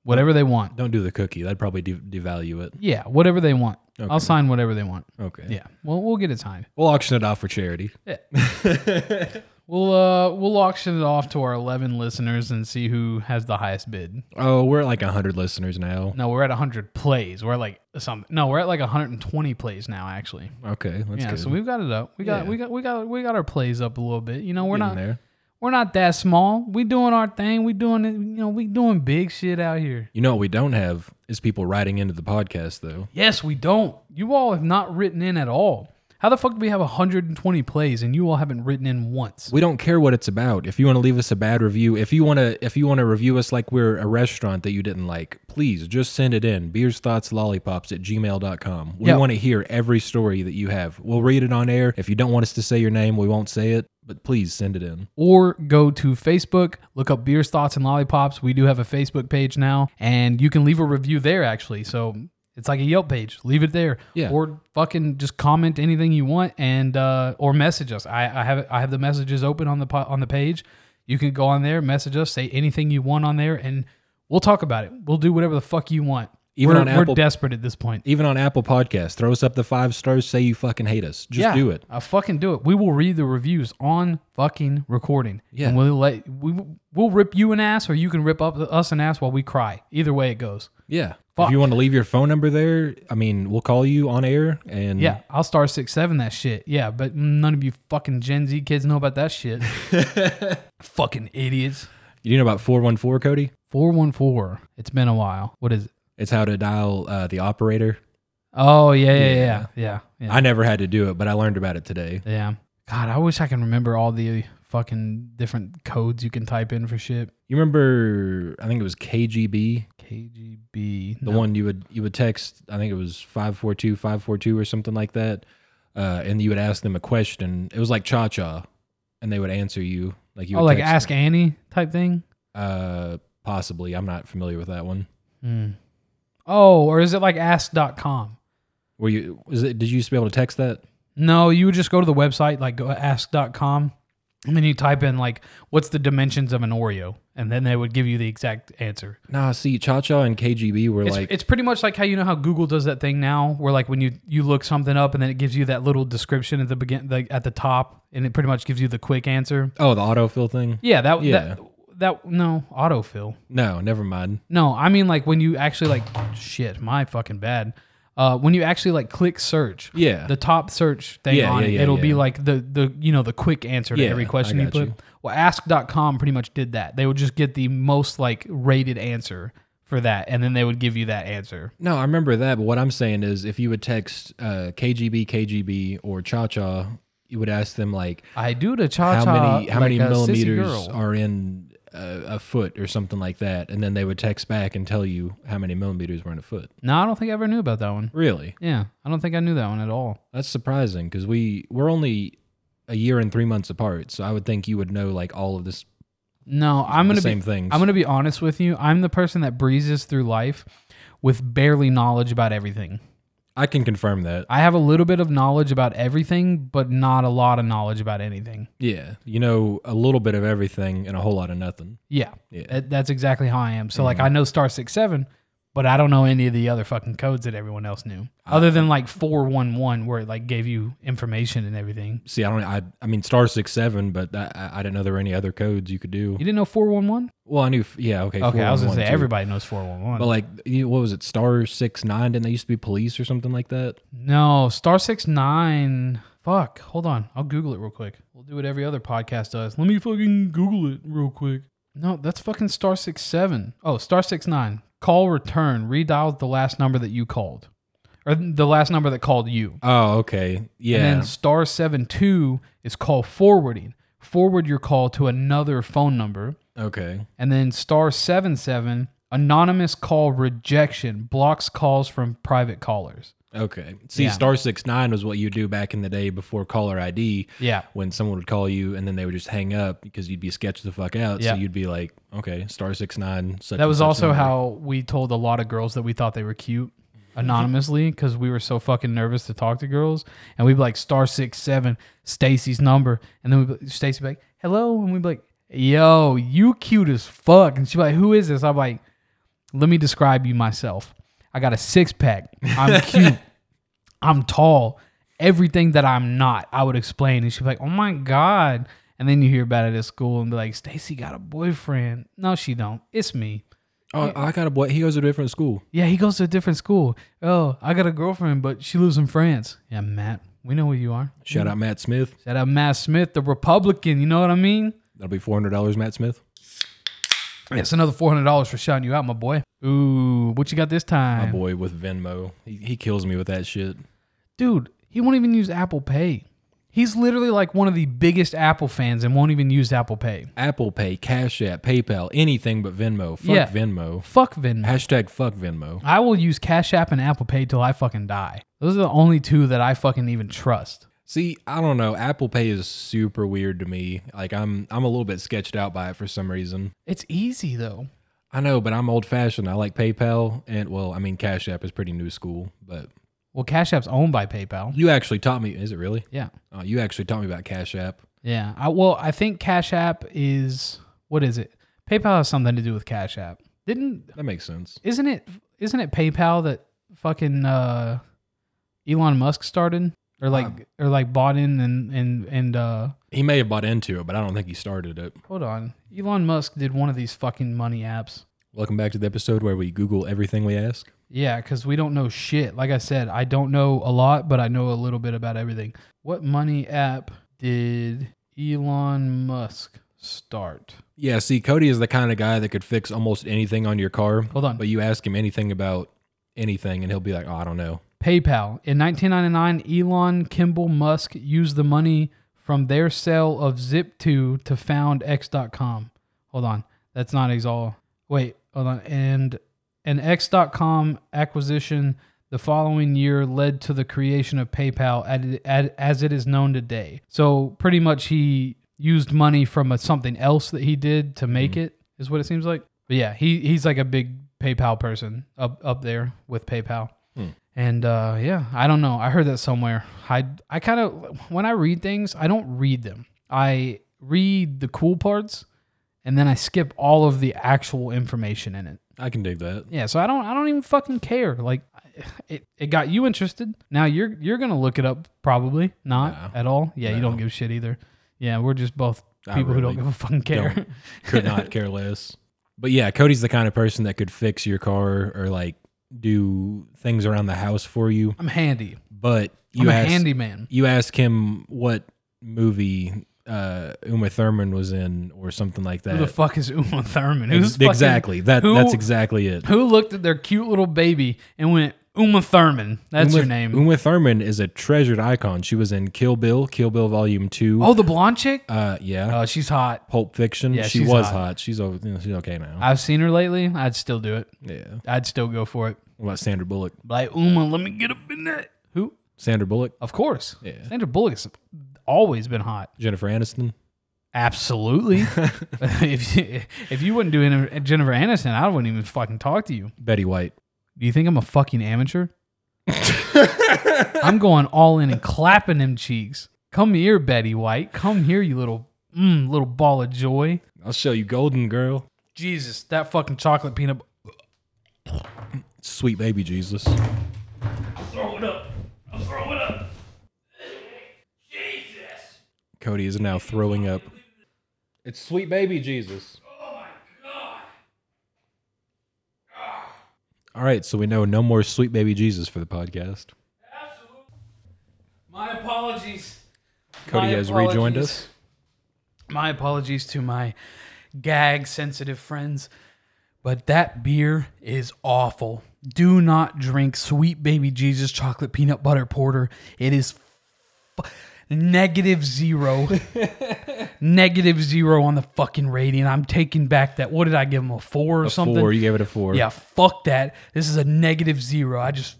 Speaker 4: whatever they want.
Speaker 5: Don't do the cookie. That'd probably de- devalue it.
Speaker 4: Yeah, whatever they want.
Speaker 5: Okay.
Speaker 4: I'll sign whatever they want.
Speaker 5: Okay.
Speaker 4: Yeah, well, we'll get it signed.
Speaker 5: We'll auction it off for charity.
Speaker 4: Oh, We'll uh, we'll auction it off to our eleven listeners and see who has the highest bid.
Speaker 5: Oh, we're at like 100 listeners now.
Speaker 4: No, we're at hundred plays. We're like some. No, we're at like hundred and twenty plays now. Actually,
Speaker 5: Okay. That's
Speaker 4: yeah.
Speaker 5: good.
Speaker 4: So we've got it up. We got
Speaker 5: Yeah.
Speaker 4: we got we got we got our plays up a little bit. You know, we're
Speaker 5: Getting
Speaker 4: not
Speaker 5: there.
Speaker 4: we're not that small. We doing our thing. We doing it. You know, we doing big shit out here.
Speaker 5: You know what we don't have is people writing into the podcast, though.
Speaker 4: Yes, we don't. You all have not written in at all. How the fuck do we have 120 plays and you all haven't written in once?
Speaker 5: We don't care what it's about. If you want to leave us a bad review, if you want to if you want to review us like we're a restaurant that you didn't like, please just send it in. Beers, thoughts, lollipops at gmail.com. We
Speaker 4: Yeah.
Speaker 5: want to hear every story that you have. We'll read it on air. If you don't want us to say your name, we won't say it, but please send it in.
Speaker 4: Or go to Facebook, look up Beers, Thoughts, and Lollipops. We do have a Facebook page now, and you can leave a review there actually. So it's like a Yelp page. Leave it there.
Speaker 5: Yeah.
Speaker 4: Or fucking just comment anything you want and uh, or message us. I, I have I have the messages open on the po- on the page. You can go on there, message us, say anything you want on there, and we'll talk about it. We'll do whatever the fuck you want.
Speaker 5: Even
Speaker 4: we're,
Speaker 5: on
Speaker 4: we're
Speaker 5: Apple-
Speaker 4: desperate at this point.
Speaker 5: Even on Apple Podcasts, throw us up the five stars, say you fucking hate us. Just
Speaker 4: Yeah,
Speaker 5: do it.
Speaker 4: I fucking do it. We will read the reviews on fucking recording.
Speaker 5: Yeah.
Speaker 4: And we'll let we we'll rip you an ass or you can rip up us an ass while we cry. Either way it goes.
Speaker 5: Yeah.
Speaker 4: Fuck.
Speaker 5: If you want to leave your phone number there, I mean, we'll call you on air and
Speaker 4: Yeah, I'll star six seven that shit. Yeah, but none of you fucking Gen Z kids know about that shit. fucking idiots.
Speaker 5: you know about 414 Cody?
Speaker 4: Four one four. It's been a while. What is it?
Speaker 5: It's how to dial uh, the operator.
Speaker 4: Oh yeah yeah yeah
Speaker 5: Yeah.
Speaker 4: yeah yeah.
Speaker 5: I never had to do it, but I learned about it today.
Speaker 4: yeah. God, I wish I can remember all the fucking different codes you can type in for shit.
Speaker 5: You remember? I think it was KGB,
Speaker 4: KGB.
Speaker 5: the one you would you would text. I think it was 542, 542 or something like that, uh, and you would ask them a question. It was like cha cha, and they would answer you like you.
Speaker 4: Oh,
Speaker 5: would
Speaker 4: like
Speaker 5: text
Speaker 4: Ask Annie type thing.
Speaker 5: Uh, possibly. I'm not familiar with that one.
Speaker 4: Oh, or is it like ask.com?
Speaker 5: Were you? Was it? Did you used to be able to text that?
Speaker 4: No, you would just go to the website, like go ask.com, and then you type in, like, what's the dimensions of an Oreo? And then they would give you the exact answer.
Speaker 5: Nah. See, cha cha and KGB were
Speaker 4: It's,
Speaker 5: like.
Speaker 4: it's pretty much like how you know how Google does that thing now, where like when you, you look something up and then it gives you that little description at the begin like at the top, and it pretty much gives you the quick answer.
Speaker 5: oh, the autofill thing.
Speaker 4: Yeah, that
Speaker 5: Yeah.
Speaker 4: that that no autofill.
Speaker 5: No, never mind.
Speaker 4: No, I mean like when you actually like shit, my fucking bad. Uh, when you actually like click search,
Speaker 5: Yeah.
Speaker 4: the top search thing
Speaker 5: Yeah,
Speaker 4: on
Speaker 5: yeah,
Speaker 4: it,
Speaker 5: yeah,
Speaker 4: it'll be
Speaker 5: yeah.
Speaker 4: like the the you know the quick answer to
Speaker 5: Yeah,
Speaker 4: every
Speaker 5: I
Speaker 4: question you
Speaker 5: got
Speaker 4: put.
Speaker 5: you.
Speaker 4: Well, ask.com pretty much did that. They would just get the most like rated answer for that, and then they would give you that answer.
Speaker 5: No, I remember that. But what I'm saying is, if you would text uh, KGB, KGB, or Cha Cha, you would ask them like
Speaker 4: I do to cha
Speaker 5: how
Speaker 4: cha.
Speaker 5: many how
Speaker 4: like
Speaker 5: many
Speaker 4: a sissy
Speaker 5: millimeters
Speaker 4: girl.
Speaker 5: are in uh, a, a foot or something like that, and then they would text back and tell you how many millimeters were in a foot.
Speaker 4: No, I don't think I ever knew about that one.
Speaker 5: Really,
Speaker 4: Yeah, I don't think I knew that one at all.
Speaker 5: that's surprising because we we're only a year and three months apart, so I would think you would know like all of this.
Speaker 4: No, I'm
Speaker 5: the
Speaker 4: gonna
Speaker 5: same
Speaker 4: be,
Speaker 5: things.
Speaker 4: I'm gonna be honest with you. I'm the person that breezes through life with barely knowledge about everything.
Speaker 5: I can confirm that.
Speaker 4: I have a little bit of knowledge about everything, but not a lot of knowledge about anything.
Speaker 5: Yeah, you know a little bit of everything and a whole lot of nothing.
Speaker 4: Yeah,
Speaker 5: Yeah. Mm.
Speaker 4: that- that's exactly how I am. So like, I know star six seven, but I don't know any of the other fucking codes that everyone else knew,
Speaker 5: Ah.
Speaker 4: other than like four one one, where it like gave you information and everything.
Speaker 5: See, I don't. I, I mean, star six seven, but I, I- I didn't know there were any other codes you could do.
Speaker 4: You didn't know four one one?
Speaker 5: Well, I knew. f- Yeah, okay.
Speaker 4: Okay, I was gonna
Speaker 5: 411
Speaker 4: say
Speaker 5: too.
Speaker 4: everybody knows four one one.
Speaker 5: But like, you, what was it? Star six nine? Didn't they used to be police or something like that?
Speaker 4: No, Star Six Nine. Fuck. Hold on. I'll Google it real quick. We'll do what every other podcast does. Let me fucking Google it real quick. No, that's fucking Star Six Seven. Oh, Star Six Nine. Call return. Redials the last number that you called, or the last number that called you.
Speaker 5: Oh, okay. Yeah.
Speaker 4: And then Star Seven Two is call forwarding. Forward your call to another phone number.
Speaker 5: okay.
Speaker 4: And then Star Seven Seven. Anonymous call rejection blocks calls from private callers.
Speaker 5: Okay. See,
Speaker 4: Yeah.
Speaker 5: star six nine was what you do back in the day before caller ID.
Speaker 4: Yeah.
Speaker 5: When someone would call you and then they would just hang up because you'd be sketched the fuck out.
Speaker 4: Yeah.
Speaker 5: So you'd be like, okay, star six nine. Such
Speaker 4: That
Speaker 5: and
Speaker 4: was
Speaker 5: such
Speaker 4: also
Speaker 5: number.
Speaker 4: how we told a lot of girls that we thought they were cute anonymously because we were so fucking nervous to talk to girls, and we'd be like star six seven Stacy's number, and then we Stacy like hello, and we'd be like yo you cute as fuck, and she'd be like who is this? I'm like let me describe you myself. I got a six pack. I'm cute. I'm tall. Everything that I'm not, I would explain. And she'd be like, oh my God. And then you hear about it at school and be like, Stacy got a boyfriend. No, she don't. It's me.
Speaker 5: Oh, I got a boy. He goes to a different school.
Speaker 4: Yeah, he goes to a different school. Oh, I got a girlfriend, but she lives in France. Yeah, Matt, we know who you are.
Speaker 5: Shout out Matt Smith.
Speaker 4: Shout out Matt Smith, the Republican. You know what I mean?
Speaker 5: That'll be four hundred dollars, Matt Smith.
Speaker 4: That's another four hundred dollars for shouting you out, my boy. Ooh, what you got this time,
Speaker 5: My boy with Venmo. He, he kills me with that shit.
Speaker 4: dude? He won't even use Apple Pay. He's literally like one of the biggest Apple fans and won't even use Apple Pay.
Speaker 5: Apple Pay, Cash App, PayPal, anything but Venmo. Fuck
Speaker 4: Yeah.
Speaker 5: Venmo.
Speaker 4: Fuck Venmo.
Speaker 5: Hashtag fuck Venmo.
Speaker 4: I will use Cash App and Apple Pay till I fucking die. Those are the only two that I fucking even trust.
Speaker 5: See, I don't know. Apple Pay is super weird to me. Like I'm I'm a little bit sketched out by it for some reason.
Speaker 4: It's easy though.
Speaker 5: I know, but I'm old fashioned. I like PayPal and well, I mean Cash App is pretty new school, but
Speaker 4: Well, Cash App's owned by PayPal.
Speaker 5: you actually taught me is it really?
Speaker 4: Yeah.
Speaker 5: Oh, you actually taught me about Cash App.
Speaker 4: Yeah. I, well, I think Cash App is what is it? PayPal has something to do with Cash App. Didn't
Speaker 5: That makes sense.
Speaker 4: isn't it isn't it PayPal that fucking uh Elon Musk started or like or like bought in and and and uh
Speaker 5: He may have bought into it, but I don't think he started it.
Speaker 4: hold on. Elon Musk did one of these fucking money apps.
Speaker 5: Welcome back to the episode where we Google everything we ask.
Speaker 4: Yeah, because we don't know shit. Like I said, I don't know a lot, but I know a little bit about everything. What money app did Elon Musk start?
Speaker 5: Yeah, see, Cody is the kind of guy that could fix almost anything on your car.
Speaker 4: Hold on.
Speaker 5: But you ask him anything about anything, and he'll be like, oh, I don't know.
Speaker 4: PayPal. In 1999, Elon Kimball Musk used the money from their sale of Zip2 to found X.com. Hold on. That's not all. Wait, hold on. And an X.com acquisition the following year led to the creation of PayPal at- at- as it is known today. So pretty much he used money from a, something else that he did to make it, is what it seems like. But yeah, he, he's like a big PayPal person up, up there with PayPal. And uh, yeah, I don't know. I heard that somewhere. I I kind of when I read things, I don't read them. I read the cool parts, and then I skip all of the actual information in it.
Speaker 5: I can dig that.
Speaker 4: Yeah, so I don't I don't even fucking care. Like, it, it got you interested. Now you're you're gonna look it up probably not at all. Yeah, you don't give a shit either. Yeah, we're just both
Speaker 5: I
Speaker 4: people who
Speaker 5: really
Speaker 4: don't give a fucking care.
Speaker 5: Don't- could not care less. But yeah, Cody's the kind of person that could fix your car or like do things around the house for you,
Speaker 4: I'm handy.
Speaker 5: but you
Speaker 4: I'm a
Speaker 5: ask
Speaker 4: handyman.
Speaker 5: you ask him what movie uh, Uma Thurman was in or something like that.
Speaker 4: Who the fuck is Uma Thurman?
Speaker 5: Ex-
Speaker 4: Who's fucking-
Speaker 5: exactly that.
Speaker 4: who-
Speaker 5: that's exactly it.
Speaker 4: Who looked at their cute little baby and went Uma Thurman? That's
Speaker 5: Uma,
Speaker 4: your name.
Speaker 5: Uma Thurman is a treasured icon. She was in Kill Bill, Kill Bill Volume Two.
Speaker 4: oh, the blonde chick.
Speaker 5: uh, yeah.
Speaker 4: Oh, she's hot.
Speaker 5: Pulp Fiction.
Speaker 4: yeah,
Speaker 5: she
Speaker 4: she's
Speaker 5: was
Speaker 4: hot.
Speaker 5: hot. She's o- you know, she's okay now.
Speaker 4: I've seen her lately. I'd still do it.
Speaker 5: yeah.
Speaker 4: I'd still go for it.
Speaker 5: What about Sandra Bullock?
Speaker 4: Like Uma, let me get up in that. Who?
Speaker 5: Sandra Bullock,
Speaker 4: Of course.
Speaker 5: Yeah.
Speaker 4: Sandra Bullock's always been hot.
Speaker 5: Jennifer Aniston.
Speaker 4: Absolutely. if you, if you wouldn't do any- Jennifer Aniston, I wouldn't even fucking talk to you.
Speaker 5: Betty White.
Speaker 4: Do you think I'm a fucking amateur? I'm going all in and clapping them cheeks. Come here, Betty White. Come here, you little mm, little ball of joy.
Speaker 5: I'll show you Golden Girl.
Speaker 4: Jesus, that fucking chocolate peanut.
Speaker 5: Sweet baby Jesus. Cody is now throwing up. It's sweet baby Jesus. All right, so we know no more sweet baby Jesus for the podcast.
Speaker 4: My apologies.
Speaker 5: Cody
Speaker 4: My
Speaker 5: has rejoined
Speaker 4: apologies.
Speaker 5: us.
Speaker 4: My apologies to my gag sensitive friends, but that beer is awful. Do not drink sweet baby Jesus chocolate peanut butter porter. It is f- negative zero. negative zero on the fucking rating. I'm taking back that. What did I give him? A four or
Speaker 5: A
Speaker 4: something?
Speaker 5: four. You gave it a four.
Speaker 4: yeah, fuck that. This is a negative zero. I just,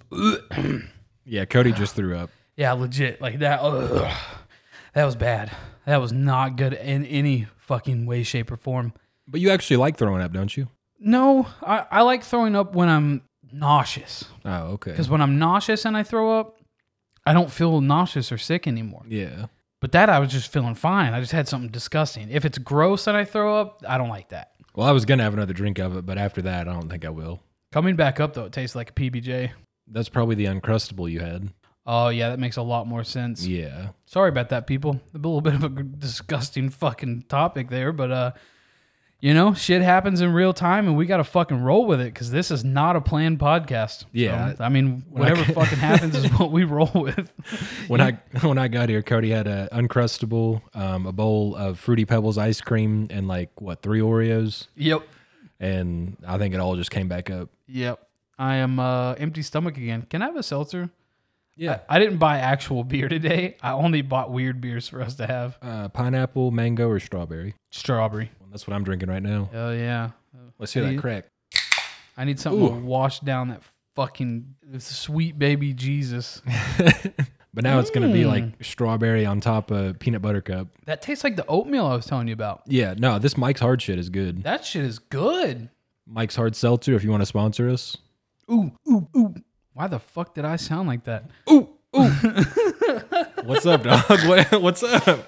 Speaker 5: Yeah, Cody just threw up.
Speaker 4: yeah, legit. Like that. ugh. That was bad. That was not good in any fucking way, shape, or form.
Speaker 5: But you actually like throwing up, don't you?
Speaker 4: No, I, I like throwing up when I'm nauseous.
Speaker 5: Oh, okay.
Speaker 4: Because when I'm nauseous and I throw up, I don't feel nauseous or sick anymore.
Speaker 5: Yeah.
Speaker 4: But that I was just feeling fine. I just had something disgusting. If it's gross that I throw up, I don't like that.
Speaker 5: Well, I was gonna have another drink of it, but after that, I don't think I will.
Speaker 4: Coming back up though, it tastes like a PBJ.
Speaker 5: That's probably the uncrustable you had.
Speaker 4: Oh yeah, that makes a lot more sense.
Speaker 5: Yeah.
Speaker 4: Sorry about that, people. A little bit of a disgusting fucking topic there, but uh, you know, shit happens in real time, and we gotta fucking roll with it because this is not a planned podcast.
Speaker 5: Yeah.
Speaker 4: So, I mean, whatever
Speaker 5: ca-
Speaker 4: fucking happens is what we roll with.
Speaker 5: When I when I got here, Cody had a uncrustable, um, a bowl of fruity pebbles ice cream, and like what three Oreos,
Speaker 4: Yep.
Speaker 5: and I think it all just came back up.
Speaker 4: Yep. I am uh, empty stomach again. Can I have a seltzer?
Speaker 5: Yeah.
Speaker 4: I didn't buy actual beer today. I only bought weird beers for us to have.
Speaker 5: Uh, pineapple, mango, or strawberry.
Speaker 4: Strawberry.
Speaker 5: That's what I'm drinking right now.
Speaker 4: Oh yeah.
Speaker 5: Let's hear that
Speaker 4: Yeah.
Speaker 5: crack.
Speaker 4: I need something to wash down that fucking sweet baby Jesus.
Speaker 5: But now it's gonna be like strawberry on top of peanut butter cup.
Speaker 4: That tastes like the oatmeal I was telling you about.
Speaker 5: Yeah. No, this Mike's hard shit is good.
Speaker 4: That shit is good.
Speaker 5: Mike's hard seltzer. If you want to sponsor us,
Speaker 4: Ooh, ooh, ooh. Why the fuck did I sound like that?
Speaker 5: what's up, dog? What, what's up?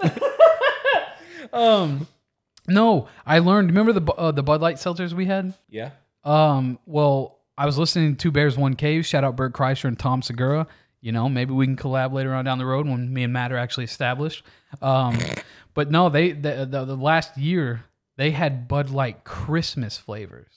Speaker 4: No, I learned. Remember the Bu- uh, the Bud Light seltzers we had?
Speaker 5: Yeah.
Speaker 4: Um, well, I was listening to Two Bears One Cave. Shout out Bert Kreischer and Tom Segura. You know, maybe we can collab later on down the road when me and Matt are actually established. Um, but no, they the, the the last year they had Bud Light Christmas flavors.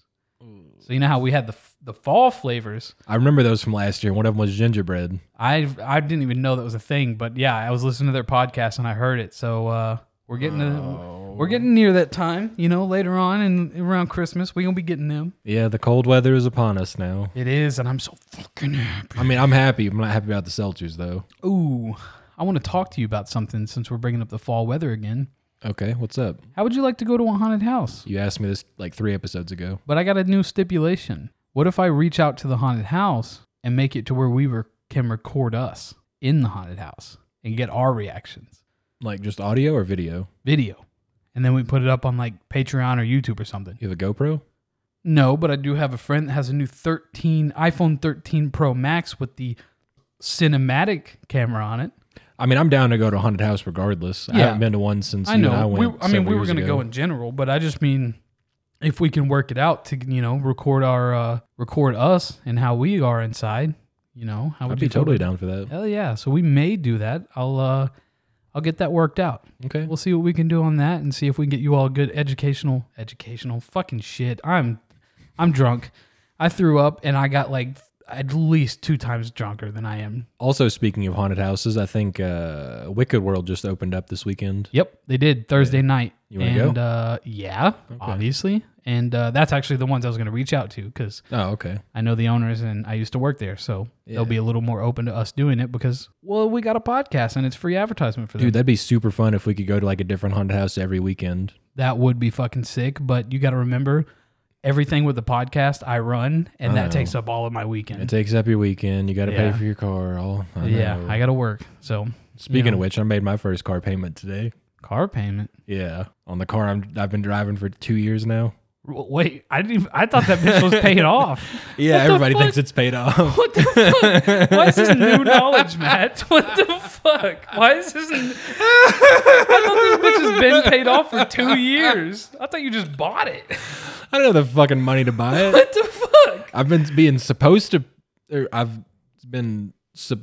Speaker 4: So you know how we had the f- the fall flavors.
Speaker 5: I remember those from last year. One of them was gingerbread.
Speaker 4: I I didn't even know that was a thing, but yeah, I was listening to their podcast and I heard it. So uh, we're getting to, we're getting near that time. You know, later on and around Christmas, we gonna be getting them.
Speaker 5: Yeah, the cold weather is upon us now.
Speaker 4: It is, and I'm so fucking happy.
Speaker 5: I mean, I'm happy. I'm not happy about the seltzers though.
Speaker 4: Ooh, I want to talk to you about something since we're bringing up the fall weather again.
Speaker 5: Okay, what's up?
Speaker 4: How would you like to go to a haunted house?
Speaker 5: You asked me this like three episodes ago.
Speaker 4: But I got a new stipulation. What if I reach out to the haunted house and make it to where we were, can record us in the haunted house and get our reactions,
Speaker 5: Like just audio or video?
Speaker 4: video, and then we put it up on like Patreon or YouTube or something?
Speaker 5: You have a GoPro?
Speaker 4: No, but I do have a friend that has a new 13 iPhone 13 Pro Max with the cinematic camera on it.
Speaker 5: I mean, I'm down to go to a haunted house regardless. I
Speaker 4: Yeah.
Speaker 5: haven't been to one since
Speaker 4: I
Speaker 5: you
Speaker 4: know.
Speaker 5: and I
Speaker 4: we,
Speaker 5: went.
Speaker 4: I mean,
Speaker 5: several
Speaker 4: we were
Speaker 5: years
Speaker 4: going to
Speaker 5: ago.
Speaker 4: go in general, but I just mean if we can work it out to you know record our uh, record us and how we are inside. You know, how would
Speaker 5: I'd
Speaker 4: you
Speaker 5: be
Speaker 4: feel
Speaker 5: totally
Speaker 4: about-
Speaker 5: down for that.
Speaker 4: Hell yeah! So we may do that. I'll uh, I'll get that worked out.
Speaker 5: Okay.
Speaker 4: We'll see what we can do on that and see if we can get you all good educational educational fucking shit. I'm I'm drunk. I threw up and I got like at least two times drunker than I am.
Speaker 5: Also, speaking of haunted houses, I think uh, Wicked World just opened up this weekend.
Speaker 4: Yep, they did Thursday night.
Speaker 5: You wanna go?
Speaker 4: and uh, yeah, obviously. And uh, that's actually the ones I was going to reach out to because
Speaker 5: Oh, okay.
Speaker 4: I know the owners and I used to work there. So they'll be a little more open to us doing it because, well, we got a podcast and it's free advertisement for them.
Speaker 5: Dude, that'd be super fun if we could go to like a different haunted house every weekend.
Speaker 4: that would be fucking sick. But you got to remember everything with the podcast I run, and that Oh. takes up all of my
Speaker 5: It
Speaker 4: weekend.
Speaker 5: takes up your weekend. You got to
Speaker 4: Mm-hmm. Yeah.
Speaker 5: pay for your car. All I
Speaker 4: yeah,
Speaker 5: know.
Speaker 4: I got to work. So
Speaker 5: Speaking
Speaker 4: you know,
Speaker 5: of which, I made my first car payment today.
Speaker 4: car payment.
Speaker 5: Yeah, on the car I'm, I've been driving for two years now.
Speaker 4: W- Wait, I didn't. Even, I thought that bitch was paid off.
Speaker 5: Yeah,
Speaker 4: the
Speaker 5: everybody
Speaker 4: fuck?
Speaker 5: thinks it's paid off.
Speaker 4: What the fuck? Why is this new knowledge, Matt? What the fuck? Why is this? n- I thought this bitch has been paid off for two years. I thought you just bought it.
Speaker 5: I don't have the fucking money to buy it.
Speaker 4: What the fuck?
Speaker 5: I've been being supposed to. Or I've been sup-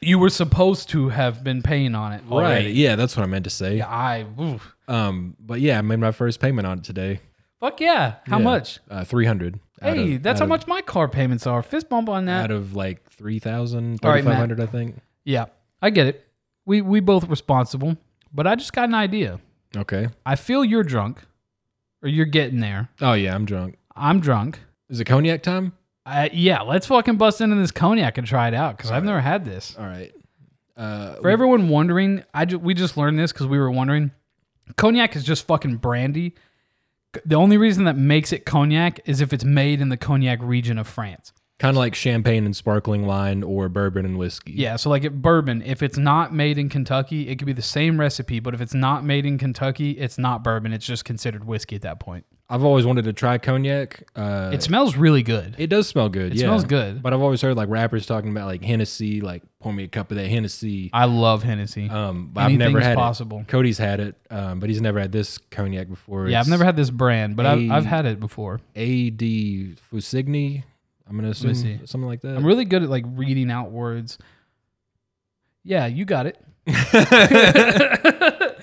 Speaker 4: You were supposed to have been paying on it.
Speaker 5: right.
Speaker 4: already.
Speaker 5: Yeah, that's what I meant to say.
Speaker 4: I. oof.
Speaker 5: Um, but yeah, I made my first payment on it today.
Speaker 4: Fuck yeah. How
Speaker 5: Yeah.
Speaker 4: much?
Speaker 5: Uh, three hundred.
Speaker 4: Hey, that's how much my car payments are. Fist bump on that.
Speaker 5: Out of like 3,000,
Speaker 4: All right, Matt.
Speaker 5: 3,500, I think.
Speaker 4: yeah, I get it. We we both responsible, but I just got an idea.
Speaker 5: Okay.
Speaker 4: I feel you're drunk, or you're getting there.
Speaker 5: Oh yeah, I'm drunk.
Speaker 4: I'm drunk.
Speaker 5: Is it cognac time?
Speaker 4: Uh, yeah, let's fucking bust into this cognac and try it out because I've never had this.
Speaker 5: All right. Uh,
Speaker 4: For everyone wondering, I ju- we just learned this because we were wondering. Cognac is just fucking brandy. C- The only reason that makes it cognac is if it's made in the cognac region of France.
Speaker 5: kind of like champagne and sparkling wine or bourbon and whiskey.
Speaker 4: Yeah, so like at bourbon, if it's not made in Kentucky, it could be the same recipe, but if it's not made in Kentucky, it's not bourbon. It's just considered whiskey at that point.
Speaker 5: I've always wanted to try cognac. Uh,
Speaker 4: It smells really good.
Speaker 5: it does smell good.
Speaker 4: It
Speaker 5: yeah.
Speaker 4: smells good.
Speaker 5: But I've always heard like rappers talking about like Hennessy, like pour me a cup of that Hennessy.
Speaker 4: I love Hennessy.
Speaker 5: Um, but I've
Speaker 4: Anything
Speaker 5: never
Speaker 4: is
Speaker 5: had
Speaker 4: possible.
Speaker 5: It. Cody's had it, um, but he's never had this cognac before.
Speaker 4: yeah, I've
Speaker 5: It's
Speaker 4: never had this brand, but I've,
Speaker 5: a-
Speaker 4: I've had it before.
Speaker 5: A.D. Fusigny. I'm gonna assume
Speaker 4: see.
Speaker 5: something like that.
Speaker 4: I'm really good at like reading out words. Yeah, you got it.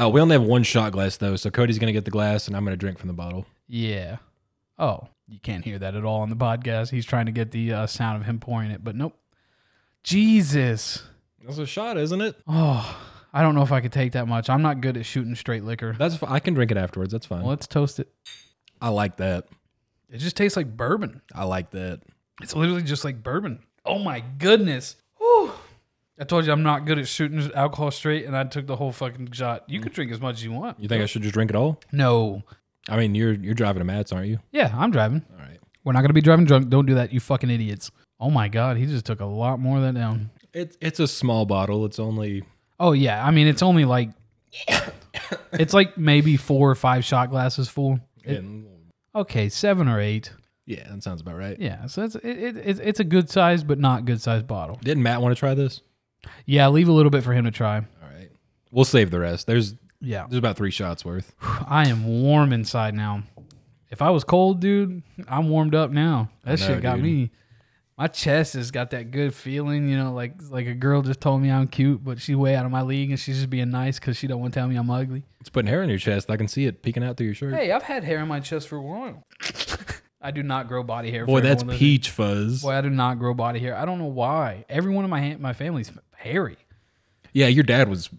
Speaker 5: Uh, we only have one shot glass though, so Cody's gonna get the glass, and I'm gonna drink from the bottle.
Speaker 4: Yeah. Oh, you can't hear that at all on the podcast. He's trying to get the uh, sound of him pouring it, but nope. Jesus.
Speaker 5: That's a shot, isn't it?
Speaker 4: Oh, I don't know if I could take that much. I'm not good at shooting straight liquor.
Speaker 5: That's fi- I can drink it afterwards. That's fine.
Speaker 4: Well, let's toast it.
Speaker 5: I like that.
Speaker 4: It just tastes like bourbon.
Speaker 5: I like that.
Speaker 4: It's literally just like bourbon. Oh my goodness. Whew. I told you I'm not good at shooting alcohol straight, and I took the whole fucking shot. You could drink as much as Mm. you want.
Speaker 5: You think I should just drink it all?
Speaker 4: No.
Speaker 5: I mean, you're you're driving a Mats, aren't you?
Speaker 4: Yeah, I'm driving.
Speaker 5: All right.
Speaker 4: We're not gonna be driving drunk. Don't do that, you fucking idiots. Oh my god, he just took a lot more of that down.
Speaker 5: It's it's a small bottle. It's only
Speaker 4: Oh yeah, I mean it's only like it's like maybe four or five shot glasses full. It- okay, seven or eight.
Speaker 5: yeah, that sounds about right.
Speaker 4: Yeah, so it's it, it, it's it's a good size but not good size bottle.
Speaker 5: Didn't Matt want to try this?
Speaker 4: Yeah, leave a little bit for him to try.
Speaker 5: All right. We'll save the rest. There's
Speaker 4: Yeah,
Speaker 5: there's about three shots worth.
Speaker 4: I am warm inside now. If I was cold, dude, I'm warmed up now. That
Speaker 5: know,
Speaker 4: shit got
Speaker 5: dude.
Speaker 4: me. My chest has got that good feeling, you know, like like a girl just told me I'm cute, but she's way out of my league and she's just being nice because she don't want to tell me I'm ugly.
Speaker 5: It's putting hair on your chest. I can see it peeking out through your shirt.
Speaker 4: Hey, I've had hair on my chest for a while. I do not grow body hair.
Speaker 5: Boy,
Speaker 4: for
Speaker 5: that's
Speaker 4: everyone listening.
Speaker 5: peach fuzz.
Speaker 4: Boy, I do not grow body hair. I don't know why. Everyone in my ha- my family's hairy.
Speaker 5: Yeah, your dad was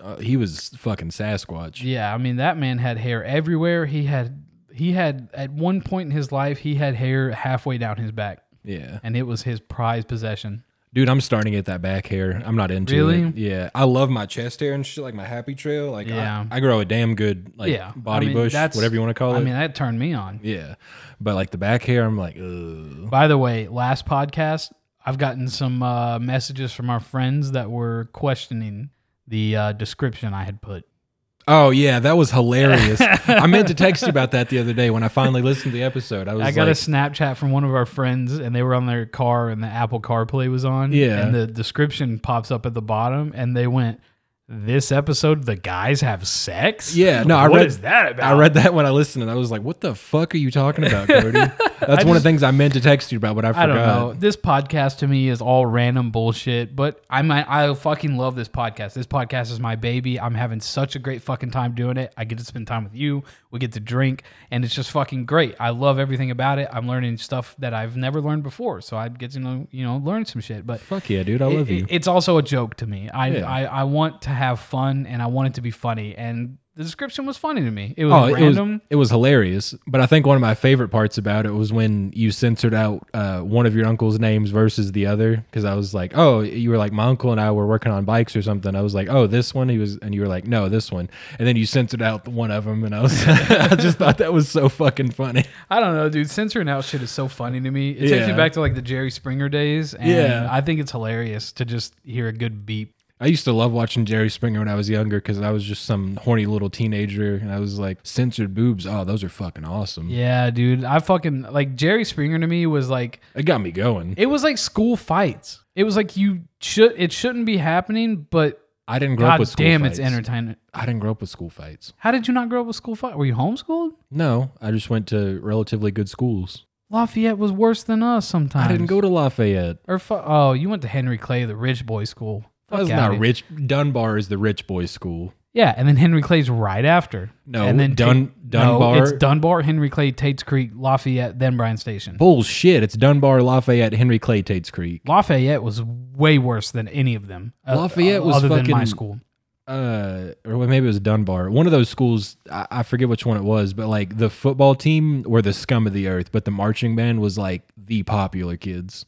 Speaker 5: uh, he was fucking Sasquatch.
Speaker 4: Yeah, I mean that man had hair everywhere. He had he had at one point in his life he had hair halfway down his back,
Speaker 5: Yeah.
Speaker 4: and it was his prized possession.
Speaker 5: Dude, I'm starting to get that back hair. I'm not into
Speaker 4: Really?
Speaker 5: it. Yeah. I love my chest hair and shit, like my happy trail. Like,
Speaker 4: Yeah.
Speaker 5: I, I grow a damn good, like,
Speaker 4: yeah,
Speaker 5: body
Speaker 4: I mean,
Speaker 5: bush,
Speaker 4: that's-
Speaker 5: whatever you want to call it.
Speaker 4: I mean that turned me on.
Speaker 5: yeah. But, like, the back hair, I'm like, ugh.
Speaker 4: By the way, last podcast I've gotten some uh, messages from our friends that were questioning the uh, description I had put.
Speaker 5: Oh, yeah. That was hilarious. I meant to text you about that the other day when I finally listened to the episode. I was
Speaker 4: I got
Speaker 5: like,
Speaker 4: a Snapchat from one of our friends, and they were on their car, and the Apple CarPlay was on.
Speaker 5: Yeah.
Speaker 4: and the description pops up at the bottom, and they went,
Speaker 7: this episode the guys have sex?
Speaker 5: Yeah, no, I
Speaker 7: What
Speaker 5: read
Speaker 7: is that about?
Speaker 5: I read that when I listened, and I was like, "What the fuck are you talking about, Cody?" That's one of the things I meant to text you about, but I forgot.
Speaker 4: I don't know. This podcast to me is all random bullshit, but I might I fucking love this podcast. This podcast is my baby. I'm having such a great fucking time doing it. I get to spend time with you. We get to drink, and it's just fucking great. I love everything about it. I'm learning stuff that I've never learned before, so I get to know you know learn some shit. But
Speaker 5: Fuck yeah, dude! I love
Speaker 4: it-
Speaker 5: you.
Speaker 4: It's also a joke to me. I,
Speaker 5: Yeah.
Speaker 4: I I want to have fun, and I want it to be funny. And the description was funny to me. It was
Speaker 5: Oh, it
Speaker 4: random.
Speaker 5: was, it was hilarious. But I think one of my favorite parts about it was when you censored out uh, one of your uncle's names versus the other. Because I was like, oh, you were like, my uncle and I were working on bikes or something. I was like, oh, this one. He was, and you were like, no, this one. And then you censored out the one of them. And I was, I just thought that was so fucking funny.
Speaker 4: I don't know, dude. Censoring out shit is so funny to me. It takes
Speaker 5: Yeah.
Speaker 4: me back to like the Jerry Springer days, and
Speaker 5: Yeah.
Speaker 4: I think it's hilarious to just hear a good beep.
Speaker 5: I used to love watching Jerry Springer when I was younger because I was just some horny little teenager. And I was like, censored boobs. Oh, those are fucking awesome.
Speaker 4: Yeah, dude. I fucking like Jerry Springer to me was like
Speaker 5: It got me going.
Speaker 4: it was like school fights. It was like you should it shouldn't be happening, but
Speaker 5: I didn't grow up
Speaker 4: god
Speaker 5: with school
Speaker 4: damn,
Speaker 5: fights.
Speaker 4: it's entertainment.
Speaker 5: I didn't grow up with school fights.
Speaker 4: How did you not grow up with school fight? Were you homeschooled?
Speaker 5: No, I just went to relatively good schools.
Speaker 4: Lafayette was worse than us sometimes.
Speaker 5: I didn't go to Lafayette.
Speaker 4: or fu- oh, you went to Henry Clay, the rich boy school.
Speaker 5: I
Speaker 4: Fuck
Speaker 5: was
Speaker 4: outta
Speaker 5: not
Speaker 4: here.
Speaker 5: rich. Dunbar is the rich boy school.
Speaker 4: Yeah, and then Henry Clay's right after.
Speaker 5: No,
Speaker 4: and then
Speaker 5: Dun-
Speaker 4: no,
Speaker 5: Dunbar-
Speaker 4: it's Dunbar, Henry Clay, Tate's Creek, Lafayette, then Bryan Station.
Speaker 5: Bullshit. It's Dunbar, Lafayette, Henry Clay, Tate's Creek.
Speaker 4: Lafayette was way worse than any of them. uh,
Speaker 5: Lafayette was
Speaker 4: other than my
Speaker 5: fucking-
Speaker 4: school.
Speaker 5: Uh, or well, maybe it was Dunbar. One of those schools. I, I forget which one it was, but like the football team were the scum of the earth, but the marching band was like the popular kids.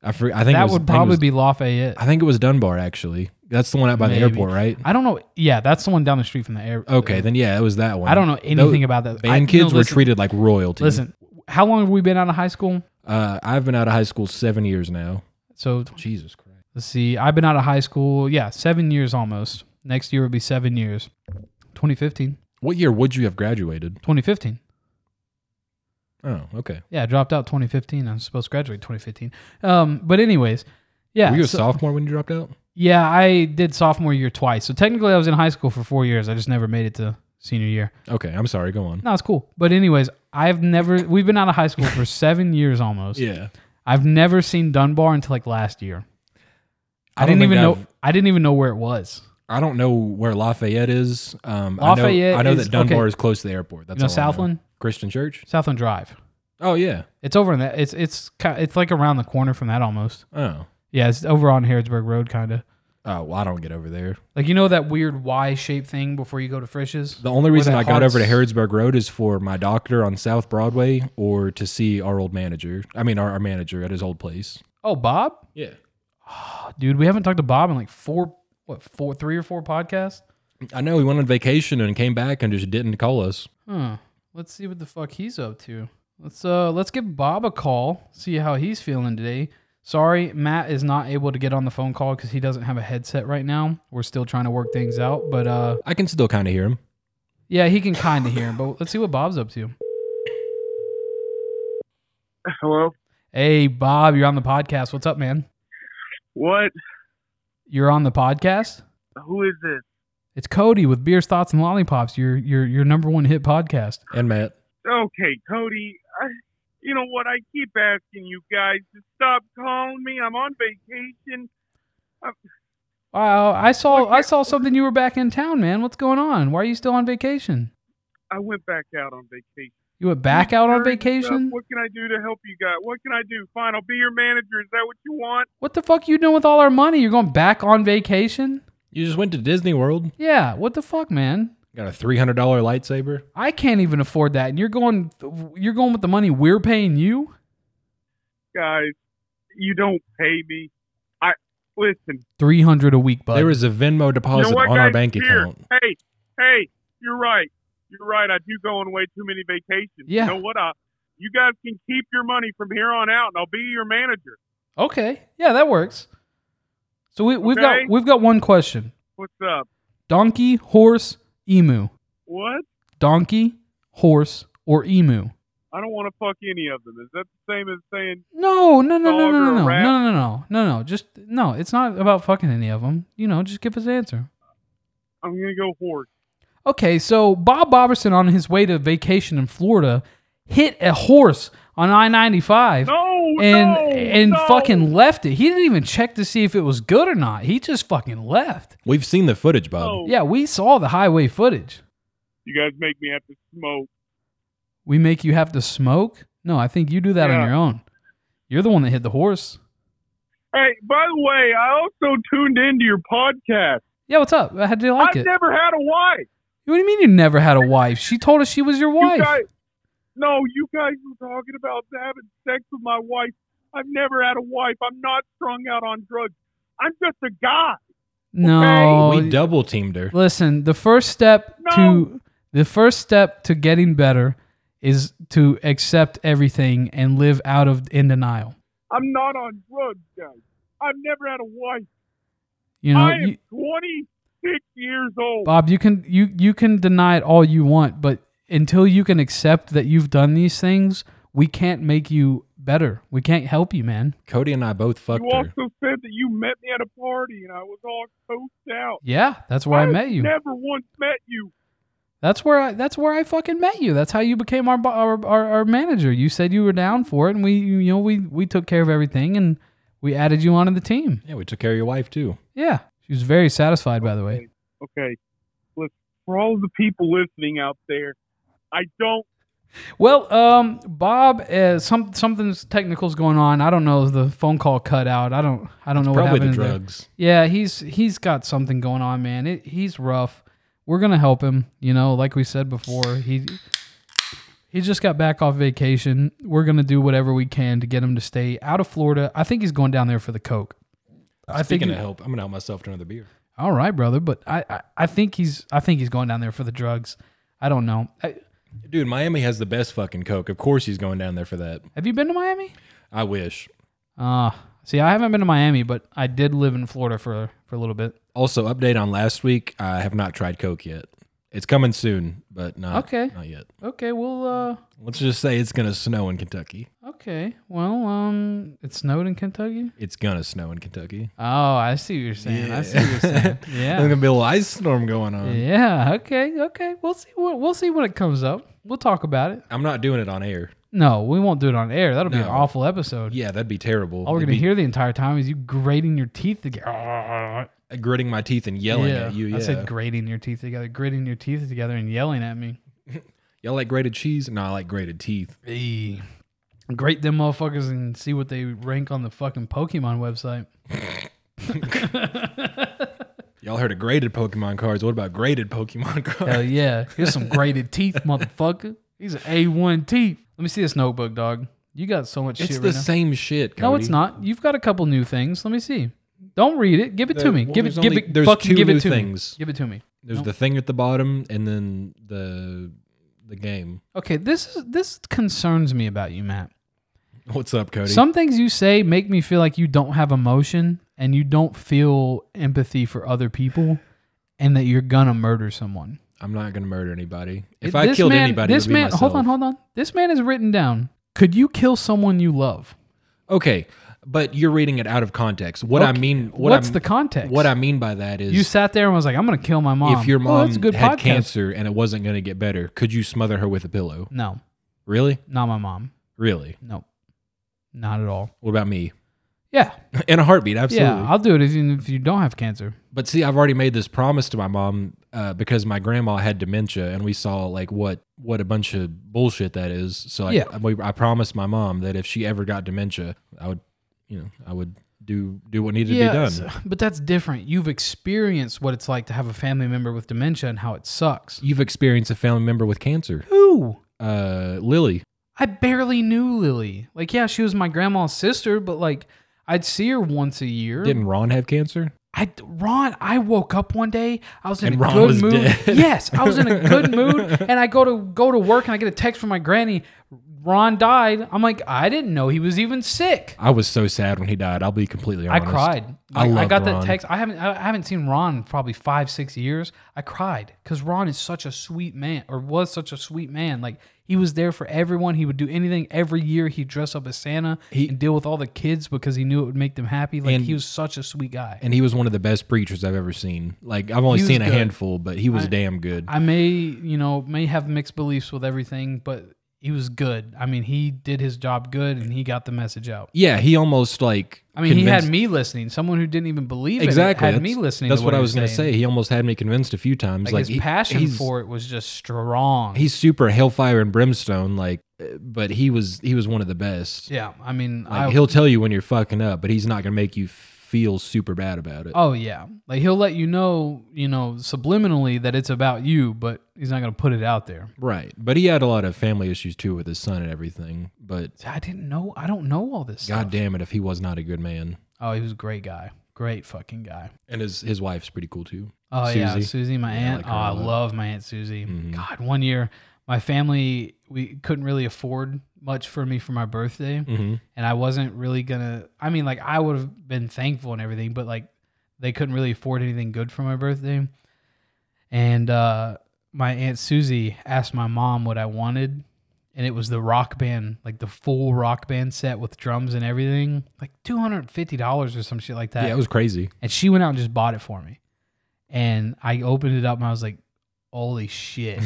Speaker 5: I for, I think it
Speaker 4: That
Speaker 5: was,
Speaker 4: would
Speaker 5: I think it
Speaker 4: probably
Speaker 5: was-
Speaker 4: be Lafayette.
Speaker 5: I think it was Dunbar actually. That's the one out by the
Speaker 4: Maybe.
Speaker 5: airport, right?
Speaker 4: I don't know. Yeah, that's the one down the street from the air.
Speaker 5: Okay, then yeah, it was that one.
Speaker 4: I don't know anything about that. I-
Speaker 5: Band
Speaker 4: no,
Speaker 5: kids were
Speaker 4: listen.
Speaker 5: treated like royalty.
Speaker 4: Listen, how long have we been out of high school?
Speaker 5: Uh, I've been out of high school seven years now.
Speaker 4: So
Speaker 5: Jesus Christ.
Speaker 4: let's see. I've been out of high school. Yeah, seven years almost. Next year will be seven years. 2015.
Speaker 5: What year would you have graduated?
Speaker 4: 2015.
Speaker 5: Oh, okay.
Speaker 4: Yeah, I dropped out 2015. I was supposed to graduate 2015. Um, but anyways, yeah,
Speaker 5: Were you a
Speaker 4: so-
Speaker 5: sophomore when you dropped out?
Speaker 4: yeah, I did sophomore year twice. So technically, I was in high school for four years. I just never made it to senior year.
Speaker 5: Okay, I'm sorry. Go on.
Speaker 4: No, it's cool. But anyways, I've never. We've been out of high school for seven years almost.
Speaker 5: Yeah.
Speaker 4: I've never seen Dunbar until like last year. I,
Speaker 5: I don't
Speaker 4: didn't
Speaker 5: think
Speaker 4: even know.
Speaker 5: I've-
Speaker 4: I didn't even know where it was.
Speaker 5: I don't know where Lafayette is. Um,
Speaker 4: Lafayette
Speaker 5: I know, I know
Speaker 4: is-
Speaker 5: that Dunbar
Speaker 4: okay.
Speaker 5: is close to the airport. That's
Speaker 4: You know
Speaker 5: all I
Speaker 4: Southland?
Speaker 5: Christian Church.
Speaker 4: Southland Drive.
Speaker 5: Oh yeah.
Speaker 4: It's over in that. It's it's ki- it's like around the corner from that almost.
Speaker 5: Oh.
Speaker 4: Yeah, it's over on Harrodsburg Road, kind of.
Speaker 5: Oh, well, I don't get over there.
Speaker 4: Like you know that weird Y shaped thing before you go to Frisch's.
Speaker 5: The only reason
Speaker 4: that
Speaker 5: I got over to
Speaker 4: hearts-
Speaker 5: Harrodsburg Road is for my doctor on South Broadway or to see our old manager. I mean, our, our manager at his old place.
Speaker 4: Oh, Bob,
Speaker 5: Yeah.
Speaker 4: dude, we haven't talked to Bob in like four, what, four, three or four podcasts.
Speaker 5: I know he went on vacation and came back and just didn't call us.
Speaker 4: Huh. Let's see what the fuck he's up to. Let's uh, let's give Bob a call. See how he's feeling today. Sorry, Matt is not able to get on the phone call because he doesn't have a headset right now. We're still trying to work things out, but uh,
Speaker 5: I can still kind of hear him.
Speaker 4: yeah, he can kind of hear him. But let's see what Bob's up to.
Speaker 8: Hello.
Speaker 4: Hey, Bob, you're on the podcast. What's up, man?
Speaker 8: What?
Speaker 4: You're on the podcast.
Speaker 8: Who is this?
Speaker 4: It's Cody with Beers, Thoughts, and Lollipops. Your your your number one hit podcast.
Speaker 5: And Matt.
Speaker 8: Okay, Cody. I, you know what? I keep asking you guys to stop calling me. I'm on vacation.
Speaker 4: Wow, I saw I saw something you were back in town, man. What's going on? Why are you still on vacation?
Speaker 8: I went back out on vacation.
Speaker 4: You went back out on
Speaker 8: Hurry this up.
Speaker 4: vacation?
Speaker 8: What can I do to help you guys? What can I do? Fine, I'll be your manager. Is that what you want?
Speaker 4: What the fuck you doing with all our money? You're going back on vacation?
Speaker 5: You just went to Disney World,
Speaker 4: Yeah, what the fuck, man?
Speaker 5: got a three hundred dollar lightsaber.
Speaker 4: I can't even afford that. And you're going you're going with the money we're paying you?
Speaker 8: Guys, you don't pay me. I listen.
Speaker 4: 300 a week, bud.
Speaker 5: there was a Venmo
Speaker 8: You know
Speaker 5: deposit
Speaker 8: what,
Speaker 5: on our
Speaker 8: guys?
Speaker 5: bank
Speaker 8: Here.
Speaker 5: account.
Speaker 8: Hey, hey, you're right. You're right. I do go on way too many vacations.
Speaker 4: Yeah.
Speaker 8: You know what? I, you guys can keep your money from here on out, and I'll be your manager.
Speaker 4: okay. Yeah, that works. So we we've
Speaker 8: Okay.
Speaker 4: got we've got one question.
Speaker 8: What's up?
Speaker 4: Donkey, horse, emu.
Speaker 8: What?
Speaker 4: Donkey, horse, or emu?
Speaker 8: I don't want to fuck any of them. Is that the same as saying
Speaker 4: No, no, no, no,
Speaker 8: Dog
Speaker 4: no,
Speaker 8: or a
Speaker 4: no, no,
Speaker 8: rat?
Speaker 4: no, no, no, no, no. Just no. It's not about fucking any of them. You know, just give us an answer.
Speaker 8: I'm gonna go horse.
Speaker 4: Okay, so Bob Boberson on his way to vacation in Florida hit a horse on I ninety five.
Speaker 8: No,
Speaker 4: and
Speaker 8: no,
Speaker 4: and
Speaker 8: no.
Speaker 4: fucking left it. He didn't even check to see if it was good or not. He just fucking left.
Speaker 5: We've seen the footage, Bob.
Speaker 8: No.
Speaker 4: Yeah, we saw the highway footage.
Speaker 8: You guys make me have to smoke.
Speaker 4: We make you have to smoke? No, I think you do that on
Speaker 8: Yeah.
Speaker 4: your own. You're the one that hit the horse.
Speaker 8: Hey, by the way, I also tuned into your podcast.
Speaker 4: Yeah, what's up? How do you like
Speaker 8: I've
Speaker 4: it?
Speaker 8: never had a wife.
Speaker 4: what do you mean you never had a wife? She told us she was your wife.
Speaker 8: You guys, no, you guys were talking about having sex with my wife. I've never had a wife. I'm not strung out on drugs. I'm just a guy.
Speaker 4: no.
Speaker 5: we double teamed her.
Speaker 4: Listen, the first step to
Speaker 8: No.
Speaker 4: the first step to getting better is to accept everything and live out of in denial.
Speaker 8: I'm not on drugs, guys. I've never had a wife.
Speaker 4: You know,
Speaker 8: I am
Speaker 4: you-
Speaker 8: 26 years old.
Speaker 4: Bob, you can you you can deny it all you want, but until you can accept that you've done these things, we can't make you better. We can't help you, man.
Speaker 5: Cody and I both fucked
Speaker 8: you
Speaker 5: her.
Speaker 8: also said that you met me at a party and I was all coked out.
Speaker 4: Yeah, that's where I,
Speaker 8: I've
Speaker 4: met you.
Speaker 8: Never once met you.
Speaker 4: that's where I that's where I fucking met you. That's how you became our bo- our, our our manager. You said you were down for it, and we you know we we took care of everything, and we added you onto the team.
Speaker 5: Yeah, we took care of your wife too.
Speaker 4: Yeah, she was very satisfied, by the way.
Speaker 8: Okay, look for all the people listening out there. I don't.
Speaker 4: Well, um, Bob, uh, some something's technical's going on. I don't know. The phone call cut out. I don't. I don't know what
Speaker 5: Probably
Speaker 4: happened.
Speaker 5: the
Speaker 4: in there.
Speaker 5: drugs.
Speaker 4: Yeah, he's he's got something going on, man. It, he's rough. We're gonna help him. You know, like we said before, he he just got back off vacation. We're gonna do whatever we can to get him to stay out of Florida. I think he's going down there for the coke. I think.
Speaker 5: Speaking of help, I'm gonna help myself to another beer.
Speaker 4: all right, brother, but I, I I think he's I think he's going down there for the drugs. I don't know. I,
Speaker 5: Dude, Miami has the best fucking coke. Of course he's going down there for that.
Speaker 4: have you been to Miami?
Speaker 5: I wish.
Speaker 4: Uh see, I haven't been to Miami, but I did live in Florida for for a little bit.
Speaker 5: Also, update on last week. I have not tried coke yet. It's coming soon, but not
Speaker 4: Okay.
Speaker 5: Not yet.
Speaker 4: Okay, well, uh,
Speaker 5: Let's just say it's gonna snow in Kentucky.
Speaker 4: okay, well, um, it snowed in Kentucky.
Speaker 5: It's gonna snow in Kentucky.
Speaker 4: Oh, I see what you're saying. I see what you're saying.
Speaker 5: There's
Speaker 4: Yeah.
Speaker 5: gonna be a little ice storm going on.
Speaker 4: Yeah. Okay. Okay. We'll see. We'll, we'll see when it comes up. We'll talk about it.
Speaker 5: I'm not doing it on air.
Speaker 4: No, we won't do it on air. That'll be an
Speaker 5: No.
Speaker 4: awful episode.
Speaker 5: Yeah, that'd be terrible.
Speaker 4: All we're
Speaker 5: It'd
Speaker 4: gonna
Speaker 5: be
Speaker 4: hear the entire time is you grating your teeth together.
Speaker 5: gritting my teeth and yelling at you. Yeah,
Speaker 4: I said grating your teeth together, gritting your teeth together, and yelling at me.
Speaker 5: y'all like grated cheese? No, I like grated teeth.
Speaker 4: Hey. Grate them motherfuckers and see what they rank on the fucking Pokemon website.
Speaker 5: Y'all heard of graded Pokemon cards? What about graded Pokemon cards?
Speaker 4: Hell yeah. Here's some graded teeth, motherfucker. These are A1 teeth. Let me see this notebook, dog. You got so much
Speaker 5: It's
Speaker 4: shit
Speaker 5: the
Speaker 4: right now.
Speaker 5: same shit.
Speaker 4: No, it's
Speaker 5: Cody.
Speaker 4: not. You've got a couple new things. Let me see. Don't read it. Give it to
Speaker 5: There-
Speaker 4: me.
Speaker 5: well,
Speaker 4: give it.
Speaker 5: there's
Speaker 4: Give
Speaker 5: only-
Speaker 4: it.
Speaker 5: there's
Speaker 4: fucking
Speaker 5: two
Speaker 4: give it
Speaker 5: new
Speaker 4: to
Speaker 5: things.
Speaker 4: me. Give it to me.
Speaker 5: There's
Speaker 4: Nope.
Speaker 5: the thing at the bottom, and then the the game.
Speaker 4: Okay, this is this concerns me about you, Matt.
Speaker 5: What's up, Cody?
Speaker 4: Some things you say make me feel like you don't have emotion and you don't feel empathy for other people, and that you're gonna murder someone.
Speaker 5: I'm not gonna murder anybody. If
Speaker 4: This
Speaker 5: I killed
Speaker 4: man-
Speaker 5: anybody,
Speaker 4: this
Speaker 5: it would
Speaker 4: man.
Speaker 5: be myself.
Speaker 4: Hold on, hold on. This man is written down. Could you kill someone you love?
Speaker 5: Okay, but you're reading it out of context. What I
Speaker 4: Okay,
Speaker 5: mean, what
Speaker 4: what's
Speaker 5: I'm-
Speaker 4: the context?
Speaker 5: What I mean by that is,
Speaker 4: You sat there and was like, "I'm gonna kill my mom."
Speaker 5: if your
Speaker 4: Well,
Speaker 5: mom
Speaker 4: that's a good
Speaker 5: had
Speaker 4: podcast.
Speaker 5: cancer and it wasn't gonna get better, could you smother her with a pillow?
Speaker 4: no,
Speaker 5: Really,
Speaker 4: not my mom.
Speaker 5: really?
Speaker 4: No, not at all.
Speaker 5: What about me?
Speaker 4: Yeah,
Speaker 5: In a heartbeat, absolutely.
Speaker 4: yeah, I'll do it even if you don't have cancer.
Speaker 5: But see, I've already made this promise to my mom uh, because my grandma had dementia, and we saw like what what a bunch of bullshit that is. So I,
Speaker 4: Yeah.
Speaker 5: I, we- I promised my mom that if she ever got dementia, I would, you know, I would do do what needed to be done.
Speaker 4: so- but that's different. You've experienced what it's like to have a family member with dementia and how it sucks.
Speaker 5: You've experienced a family member with cancer,
Speaker 4: Who?
Speaker 5: uh, Lily.
Speaker 4: I barely knew Lily. Like, yeah, she was my grandma's sister, but like, I'd see her once a year.
Speaker 5: Didn't Ron have cancer?
Speaker 4: I Ron, I woke up one day. I was in
Speaker 5: And
Speaker 4: a
Speaker 5: Ron
Speaker 4: good
Speaker 5: was
Speaker 4: mood.
Speaker 5: dead.
Speaker 4: Yes, I was in a good mood, and I go to go to work, and I get a text from my granny. Ron died. I'm like, I didn't know he was even sick.
Speaker 5: I was so sad when he died. I'll be completely
Speaker 4: I
Speaker 5: honest.
Speaker 4: cried.
Speaker 5: I
Speaker 4: Like, I
Speaker 5: loved
Speaker 4: got that
Speaker 5: Ron.
Speaker 4: text. I haven't I haven't seen Ron in probably five six years. I cried because Ron is such a sweet man, or was such a sweet man. Like He was there for everyone. He would do anything every year. He'd dress up as Santa
Speaker 5: He-
Speaker 4: and deal with all the kids because he knew it would make them happy. Like
Speaker 5: And-
Speaker 4: he was such a sweet guy.
Speaker 5: and he was one of the best preachers I've ever seen. Like I've only
Speaker 4: He was
Speaker 5: seen a
Speaker 4: good.
Speaker 5: handful, but he was
Speaker 4: I-
Speaker 5: damn good.
Speaker 4: I may, you know, may have mixed beliefs with everything, but he was good. I mean, he did his job good and he got the message out.
Speaker 5: yeah, he almost like.
Speaker 4: I mean, he
Speaker 5: convinced-
Speaker 4: had me listening. Someone who didn't even believe in
Speaker 5: exactly.
Speaker 4: it had
Speaker 5: that's,
Speaker 4: me listening.
Speaker 5: That's
Speaker 4: to
Speaker 5: what, I was
Speaker 4: going
Speaker 5: gonna
Speaker 4: to
Speaker 5: say. He almost had me convinced a few times.
Speaker 4: Like,
Speaker 5: Like,
Speaker 4: his
Speaker 5: he-
Speaker 4: passion
Speaker 5: he's-
Speaker 4: for it was just strong.
Speaker 5: He's super hellfire and brimstone, like, uh, but he was he was one of the best.
Speaker 4: yeah. I mean,
Speaker 5: Like,
Speaker 4: I,
Speaker 5: he'll tell you when you're fucking up, but he's not gonna make you feel super bad about it.
Speaker 4: Oh yeah, like he'll let you know, you know, subliminally that it's about you, but he's not going to put it out there.
Speaker 5: Right, but he had a lot of family issues too with his son and everything. But
Speaker 4: See, I didn't know. I don't know all this.
Speaker 5: god
Speaker 4: Stuff.
Speaker 5: damn it, if he was not a good man,
Speaker 4: Oh, he was a great guy. Great fucking guy.
Speaker 5: and his his wife's pretty cool too.
Speaker 4: Oh yeah,
Speaker 5: Susie.
Speaker 4: Susie, my
Speaker 5: Yeah, I
Speaker 4: aunt.
Speaker 5: like Mm-hmm.
Speaker 4: oh,
Speaker 5: her
Speaker 4: I
Speaker 5: a lot.
Speaker 4: love my aunt Susie. God, one year my family we couldn't really afford much for me for my birthday,
Speaker 5: Mm-hmm.
Speaker 4: and I wasn't really gonna. I mean, like I would have been thankful and everything, but like they couldn't really afford anything good for my birthday. And uh, my aunt Susie asked my mom what I wanted, and it was the rock band, like the full rock band set with drums and everything, like two hundred and fifty dollars or some shit like that.
Speaker 5: Yeah, it was crazy.
Speaker 4: And she went out and just bought it for me. And I opened it up and I was like, holy shit.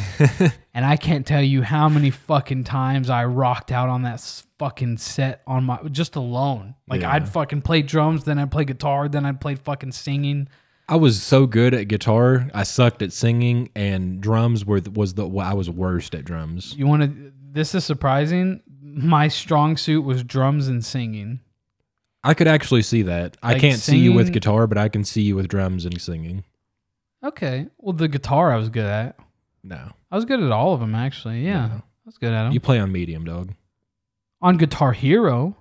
Speaker 4: and I can't tell you how many fucking times I rocked out on that s- fucking set on my just alone. Like
Speaker 5: Yeah.
Speaker 4: I'd fucking play drums, then I'd play guitar, then I'd play fucking singing.
Speaker 5: I was so good at guitar. I sucked at singing, and drums were th- was the I was worst at drums.
Speaker 4: You want to this is surprising. My strong suit was drums and singing.
Speaker 5: I could actually see that. I
Speaker 4: Like
Speaker 5: can't see you with
Speaker 4: singing-
Speaker 5: guitar, but I can see you with drums and singing.
Speaker 4: Okay. Well, the guitar I was good at.
Speaker 5: No,
Speaker 4: I was good at all of them actually. Yeah.
Speaker 5: No.
Speaker 4: I was good at them.
Speaker 5: you play on medium, dog.
Speaker 4: on Guitar Hero,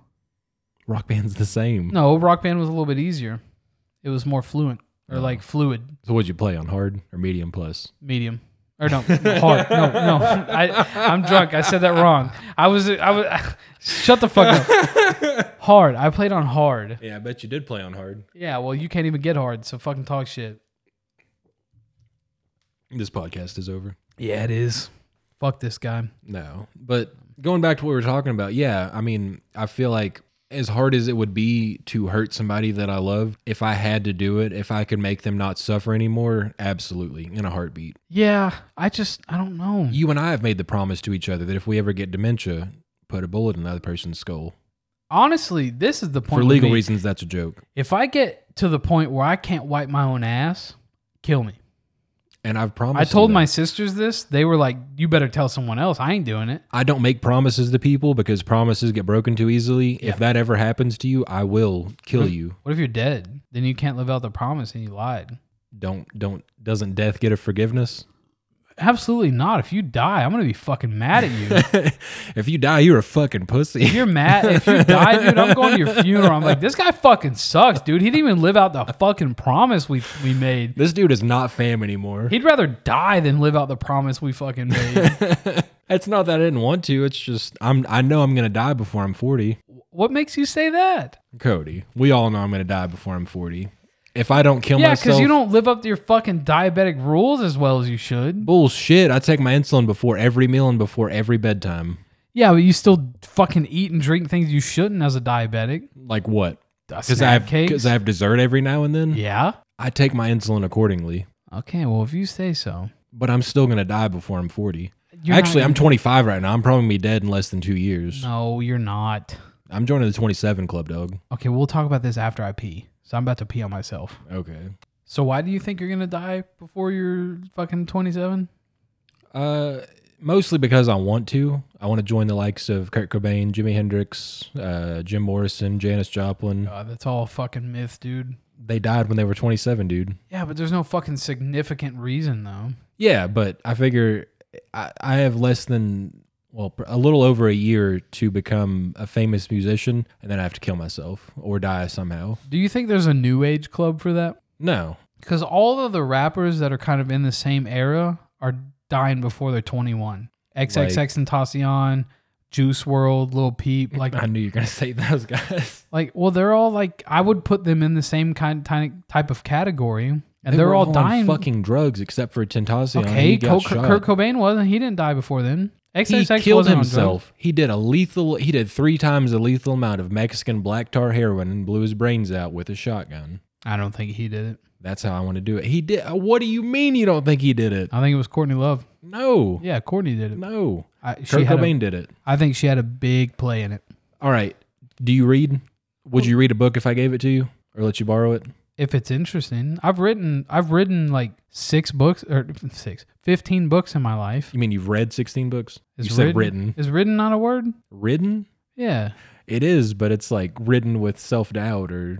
Speaker 5: Rock band's the same.
Speaker 4: No, Rock Band was a little bit easier. It was more fluent or
Speaker 5: Oh.
Speaker 4: like fluid,
Speaker 5: So what'd you play on hard or medium plus?
Speaker 4: medium or no hard. No, no, I, I'm drunk. I said that wrong. I was, I was. Shut the fuck up. Hard. I played on hard.
Speaker 5: Yeah, I bet you did play on hard.
Speaker 4: Yeah. Well, you can't even get hard, so fucking talk shit.
Speaker 5: This podcast is over.
Speaker 4: Yeah, it is. Fuck this guy.
Speaker 5: No. But going back to what we were talking about, yeah, I mean, I feel like as hard as it would be to hurt somebody that I love, if I had to do it, if I could make them not suffer anymore, absolutely, in a heartbeat.
Speaker 4: Yeah, I just, I don't know.
Speaker 5: You and I have made the promise to each other that if we ever get dementia, put a bullet in the other person's skull.
Speaker 4: Honestly, this is the point.
Speaker 5: For
Speaker 4: with
Speaker 5: legal
Speaker 4: me.
Speaker 5: reasons, that's a joke.
Speaker 4: if I get to the point where I can't wipe my own ass, kill me.
Speaker 5: And I've
Speaker 4: I
Speaker 5: promised. you
Speaker 4: told
Speaker 5: that.
Speaker 4: my sisters this. They were like, "You better tell someone else. I ain't doing it."
Speaker 5: I don't make promises to people because promises get broken too easily. If that ever happens to you, I will kill you.
Speaker 4: What if you're dead? Then you can't live out the promise and you lied.
Speaker 5: Don't don't doesn't death get a forgiveness?
Speaker 4: Absolutely not. If you die, I'm gonna be fucking mad at you.
Speaker 5: if you die, you're a fucking
Speaker 4: If
Speaker 5: pussy.
Speaker 4: you're mad, if you die, dude, I'm going to your funeral. I'm like, this guy fucking sucks, dude. He didn't even live out the fucking promise we we made.
Speaker 5: This dude is not fam anymore.
Speaker 4: He'd rather die than live out the promise we fucking made.
Speaker 5: It's not that I didn't want to. It's just I'm. I know I'm gonna die before I'm 40.
Speaker 4: what makes you say that?
Speaker 5: Cody, we all know I'm gonna die before I'm 40. If I don't kill
Speaker 4: Yeah,
Speaker 5: myself,
Speaker 4: because you don't live up to your fucking diabetic rules as well as you should.
Speaker 5: Bullshit. I take my insulin before every meal and before every bedtime.
Speaker 4: Yeah, but you still fucking eat and drink things you shouldn't as a diabetic.
Speaker 5: Like what? Because I
Speaker 4: Snack
Speaker 5: have
Speaker 4: cakes.
Speaker 5: because I have dessert every now and then.
Speaker 4: yeah.
Speaker 5: I take my insulin accordingly,
Speaker 4: Okay. Well, if you say so.
Speaker 5: but I'm still gonna die before I'm 40.
Speaker 4: You're not
Speaker 5: Actually, I'm
Speaker 4: gonna-
Speaker 5: 25 right now. I'm probably gonna be dead in less than two years.
Speaker 4: No, you're not.
Speaker 5: I'm joining the 27 club, dog.
Speaker 4: Okay, we'll talk about this after I pee. So I'm about to pee on myself.
Speaker 5: Okay.
Speaker 4: So why do you think you're gonna die before you're fucking 27?
Speaker 5: Uh, mostly because I want to. I want to join the likes of Kurt Cobain, Jimi Hendrix, uh, Jim Morrison, Janis Joplin.
Speaker 4: God, that's all a fucking myth, dude.
Speaker 5: They died when they were 27, dude.
Speaker 4: Yeah, but there's no fucking significant reason though.
Speaker 5: Yeah, but I figure I, I have less than well pr- a little over a year to become a famous musician, and then I have to kill myself or die somehow.
Speaker 4: Do you think there's a new age club for that?
Speaker 5: No,
Speaker 4: Because all of the rappers that are kind of in the same era are dying before they're 21. XXX Tentacion, Juice World, Lil Peep, like
Speaker 5: I knew you were gonna say those guys.
Speaker 4: Like, well, they're all like I would put them in the same kind ty- type of category, and they are
Speaker 5: were
Speaker 4: all,
Speaker 5: on
Speaker 4: dying.
Speaker 5: fucking drugs, except for Tentacion.
Speaker 4: okay,
Speaker 5: he got
Speaker 4: Kurt,
Speaker 5: shot.
Speaker 4: Kurt Cobain wasn't. He didn't die before then.
Speaker 5: He
Speaker 4: XXX
Speaker 5: killed
Speaker 4: wasn't on
Speaker 5: himself. He did a lethal. He did three times the lethal amount of Mexican black tar heroin and blew his brains out with a shotgun.
Speaker 4: drugs. I don't think he did it.
Speaker 5: That's how I want to do it. He did. uh, What do you mean you don't think he did it?
Speaker 4: I think it was Courtney Love.
Speaker 5: No,
Speaker 4: Uh, Yeah, Courtney did it.
Speaker 5: no.
Speaker 4: I, she
Speaker 5: Kurt
Speaker 4: had a-
Speaker 5: Cobain did it.
Speaker 4: I think she had a big play in it.
Speaker 5: All right. Do you read? Would you read a book if I gave it to you or let you borrow it?
Speaker 4: If it's interesting, I've written I've written like six books or six, 15 books in my life.
Speaker 5: You mean you've read sixteen books? you said written.
Speaker 4: Is written not a word?
Speaker 5: Ridden?
Speaker 4: Yeah.
Speaker 5: It is, but it's like ridden with self doubt or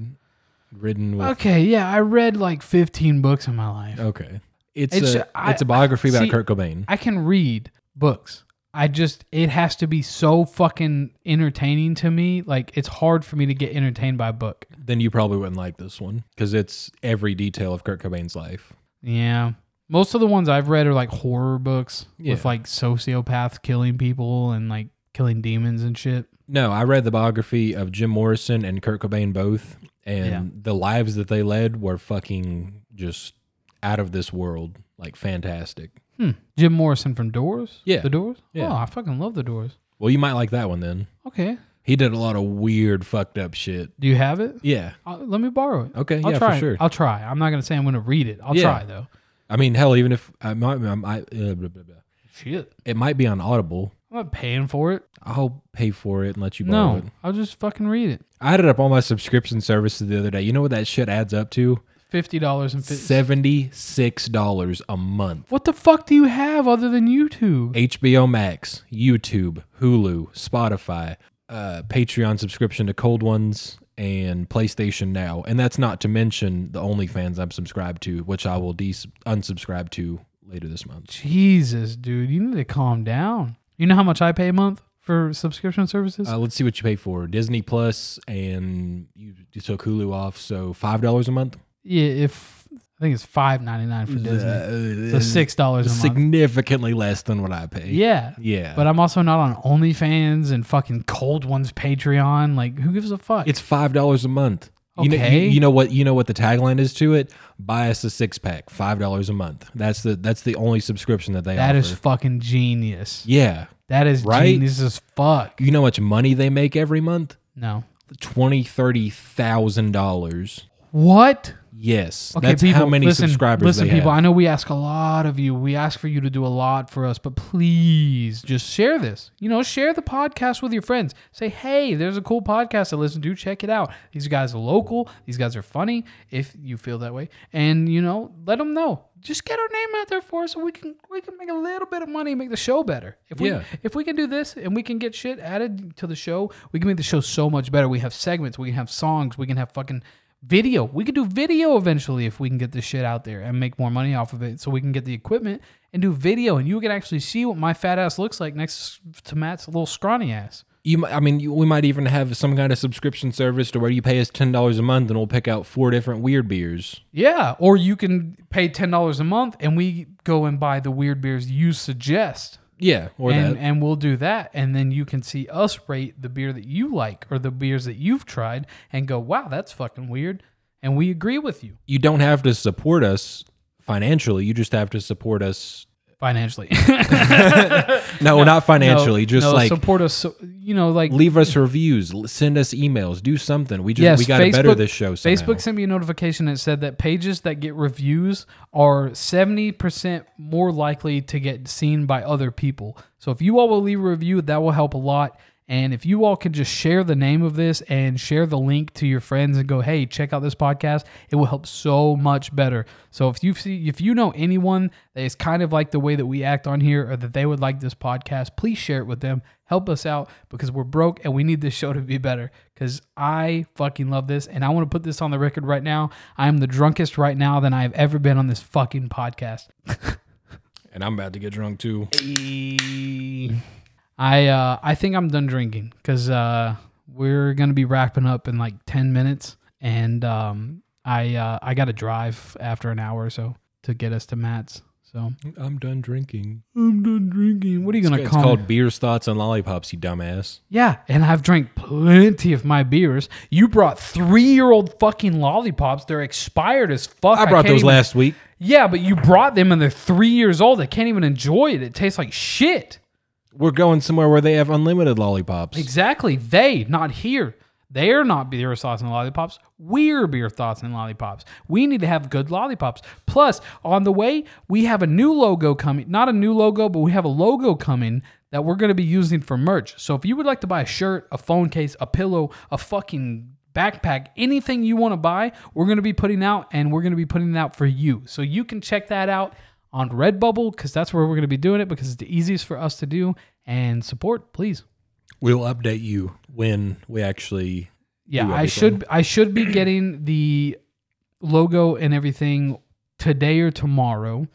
Speaker 5: ridden with.
Speaker 4: Okay, yeah, I read like 15 books in my life.
Speaker 5: Okay. It's,
Speaker 4: It's-
Speaker 5: a
Speaker 4: I-
Speaker 5: it's a biography about
Speaker 4: see,
Speaker 5: Kurt Cobain.
Speaker 4: I can read books. I just it has to be so fucking entertaining to me. Like it's hard for me to get entertained by a book.
Speaker 5: then you probably wouldn't like this one because it's every detail of Kurt Cobain's life.
Speaker 4: Yeah. Most of the ones I've read are like horror books
Speaker 5: Yeah.
Speaker 4: with like sociopaths killing people and like killing demons and shit.
Speaker 5: No, I read the biography of Jim Morrison and Kurt Cobain both, and
Speaker 4: Yeah.
Speaker 5: the lives that they led were fucking just out of this world, like fantastic.
Speaker 4: Hmm. Jim Morrison from Doors?
Speaker 5: Yeah.
Speaker 4: The Doors?
Speaker 5: Yeah.
Speaker 4: Oh, I fucking love the Doors.
Speaker 5: Well, you might like that one then.
Speaker 4: Okay.
Speaker 5: He did a lot of weird, fucked up shit.
Speaker 4: Do you have it?
Speaker 5: Yeah.
Speaker 4: I'll, let me borrow it.
Speaker 5: Okay,
Speaker 4: I'll
Speaker 5: yeah, for
Speaker 4: try it.
Speaker 5: sure.
Speaker 4: I'll try. I'm not going to say I'm going to read it. I'll
Speaker 5: Yeah.
Speaker 4: try though.
Speaker 5: I mean, hell, even if I might, I might uh, blah, blah, blah.
Speaker 4: Shit.
Speaker 5: it might be on Audible.
Speaker 4: I'm not paying for it.
Speaker 5: I'll pay for it and let you borrow
Speaker 4: No.
Speaker 5: it.
Speaker 4: I'll just fucking read it.
Speaker 5: I added up all my subscription services the other day. You know what that shit adds up to?
Speaker 4: $50 and 50
Speaker 5: Seventy-six dollars a month.
Speaker 4: What the fuck do you have other than YouTube?
Speaker 5: HBO Max, YouTube, Hulu, Spotify, uh, Patreon subscription to Cold Ones, and PlayStation Now. And that's not to mention the OnlyFans I'm subscribed to, which I will de- unsubscribe to later this month.
Speaker 4: Jesus, dude, you need to calm down. You know how much I pay a month for subscription services?
Speaker 5: Uh, let's see what you pay for Disney Plus, and you, you took Hulu off, so five dollars a month.
Speaker 4: yeah, if I think it's five ninety nine for Disney. so six dollars a month.
Speaker 5: significantly less than what I pay.
Speaker 4: Yeah.
Speaker 5: yeah.
Speaker 4: But I'm also not on OnlyFans and fucking Cold Ones Patreon. Like, who gives a fuck?
Speaker 5: It's five dollars a month. You know, you,
Speaker 4: Okay.
Speaker 5: you know what? You know what the tagline is to it. Buy us a six pack, five dollars a month. That's the that's the only subscription that they
Speaker 4: that
Speaker 5: offer.
Speaker 4: is fucking genius.
Speaker 5: yeah.
Speaker 4: That is
Speaker 5: Right?
Speaker 4: genius as fuck.
Speaker 5: You know how much money they make every month?
Speaker 4: No.
Speaker 5: Twenty, thirty thousand dollars.
Speaker 4: What?
Speaker 5: Yes, that's how many subscribers
Speaker 4: Listen,
Speaker 5: they
Speaker 4: people, I
Speaker 5: have.
Speaker 4: know we ask a lot of you. We ask for you to do a lot for us, but please just share this. You know, share the podcast with your friends. Say, hey, there's a cool podcast I listen to. Check it out. These guys are local. These guys are funny if you feel that way. And, you know, let them know. Just get our name out there for us so we can we can make a little bit of money and make the show better. If we
Speaker 5: Yeah.
Speaker 4: if we can do this and we can get shit added to the show, we can make the show so much better. We have segments, we can have songs, we can have fucking video. We could do video eventually if we can get this shit out there and make more money off of it so we can get the equipment and do video and you can actually see what my fat ass looks like next to Matt's little scrawny ass.
Speaker 5: You, mi- I mean, you, we might even have some kind of subscription service to where you pay us ten dollars a month, and we'll pick out four different weird beers.
Speaker 4: Yeah, or you can pay $10 a month and we go and buy the weird beers you suggest.
Speaker 5: Yeah, or
Speaker 4: and,
Speaker 5: that.
Speaker 4: and we'll do that and then you can see us rate the beer that you like or the beers that you've tried and go wow that's fucking weird and we agree with you
Speaker 5: you don't have to support us financially. You just have to support us
Speaker 4: financially
Speaker 5: No, not financially.
Speaker 4: No,
Speaker 5: just
Speaker 4: no,
Speaker 5: like
Speaker 4: support us so- you know like
Speaker 5: leave us reviews, l- send us emails, do something. We just
Speaker 4: yes
Speaker 5: we got to
Speaker 4: Facebook-
Speaker 5: better this show. Somehow.
Speaker 4: facebook sent me a notification that said that pages that get reviews are 70% more likely to get seen by other people so if you all will leave a review that will help a lot and if you all could just share the name of this and share the link to your friends and go, hey, check out this podcast, it will help so much better. So if you see if you know anyone that is kind of like the way that we act on here or that they would like this podcast, please share it with them. Help us out because we're broke and we need this show to be better. Cause I fucking love this and I want to put this on the record right now. I am the drunkest right now than I have ever been on this fucking podcast.
Speaker 5: and I'm about to get drunk too.
Speaker 4: I uh, I think I'm done drinking because uh, we're gonna be wrapping up in like ten minutes, and um, I uh, I got to drive after an hour or so to get us to Matt's. So
Speaker 5: I'm done drinking.
Speaker 4: I'm done drinking. What are you gonna
Speaker 5: It's
Speaker 4: call?
Speaker 5: called
Speaker 4: me?
Speaker 5: beers, thoughts, and lollipops. You dumbass.
Speaker 4: Yeah, and I've drank plenty of my beers. You brought three year old fucking lollipops. They're expired as fuck.
Speaker 5: I brought
Speaker 4: can't
Speaker 5: those
Speaker 4: even-
Speaker 5: last week.
Speaker 4: Yeah, but you brought them and they're three years old. I can't even enjoy it. It tastes like shit.
Speaker 5: We're going somewhere where they have unlimited lollipops.
Speaker 4: Exactly. They, not here. They're not beer thoughts and lollipops. We're beer thoughts and lollipops. We need to have good lollipops. Plus, on the way, we have a new logo coming. Not a new logo, but we have a logo coming that we're going to be using for merch. So if you would like to buy a shirt, a phone case, a pillow, a fucking backpack, anything you want to buy, we're going to be putting out and we're going to be putting it out for you. So you can check that out on Redbubble because that's where we're going to be doing it because it's the easiest for us to do and support, please.
Speaker 5: We'll update you when we actually.
Speaker 4: Yeah,
Speaker 5: do
Speaker 4: I should I should be getting the logo and everything today or tomorrow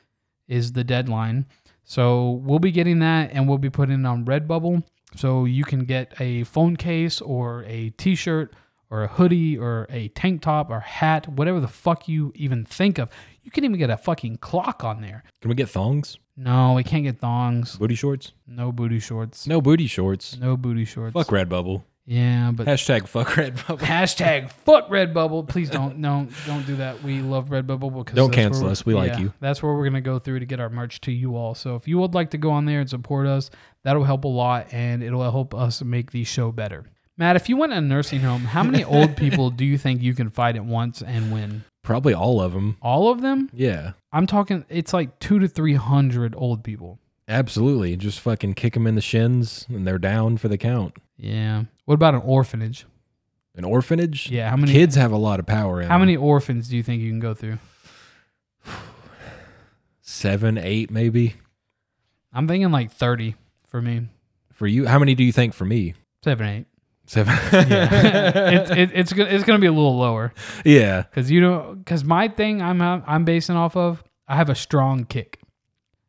Speaker 4: is the deadline. So we'll be getting that and we'll be putting it on Redbubble. So you can get a phone case or a t shirt or a hoodie or a tank top or hat, whatever the fuck you even think of. You can even get a fucking clock on there.
Speaker 5: Can we get thongs?
Speaker 4: No, we can't get thongs.
Speaker 5: Booty shorts?
Speaker 4: No booty shorts.
Speaker 5: No booty shorts.
Speaker 4: No booty shorts.
Speaker 5: Fuck Redbubble.
Speaker 4: Yeah, but
Speaker 5: Hashtag fuck Redbubble.
Speaker 4: Hashtag fuck Redbubble. Please don't no don't do that. We love Redbubble because
Speaker 5: Don't
Speaker 4: that's where
Speaker 5: cancel
Speaker 4: we're-
Speaker 5: us. We like you.
Speaker 4: That's where we're gonna go through to get our merch to you all. So if you would like to go on there and support us, that'll help a lot and it'll help us make the show better. Matt, if you went in a nursing home, how many old people do you think you can fight at once and win?
Speaker 5: Probably all of them.
Speaker 4: All of them?
Speaker 5: Yeah,
Speaker 4: I'm talking it's like two to three hundred old people.
Speaker 5: absolutely. Just fucking kick them in the shins and they're down for the count.
Speaker 4: Yeah. What about an orphanage?
Speaker 5: An orphanage?
Speaker 4: Yeah, how many
Speaker 5: Kids have a lot of power in
Speaker 4: how
Speaker 5: them.
Speaker 4: many orphans do you think you can go through?
Speaker 5: Seven, eight, maybe?
Speaker 4: I'm thinking like thirty for me.
Speaker 5: For you? How many do you think for me?
Speaker 4: Seven, eight.
Speaker 5: Seven.
Speaker 4: it's it, it's gonna it's gonna be a little lower
Speaker 5: yeah.
Speaker 4: because you know because my thing I'm I'm basing off of I have a strong kick.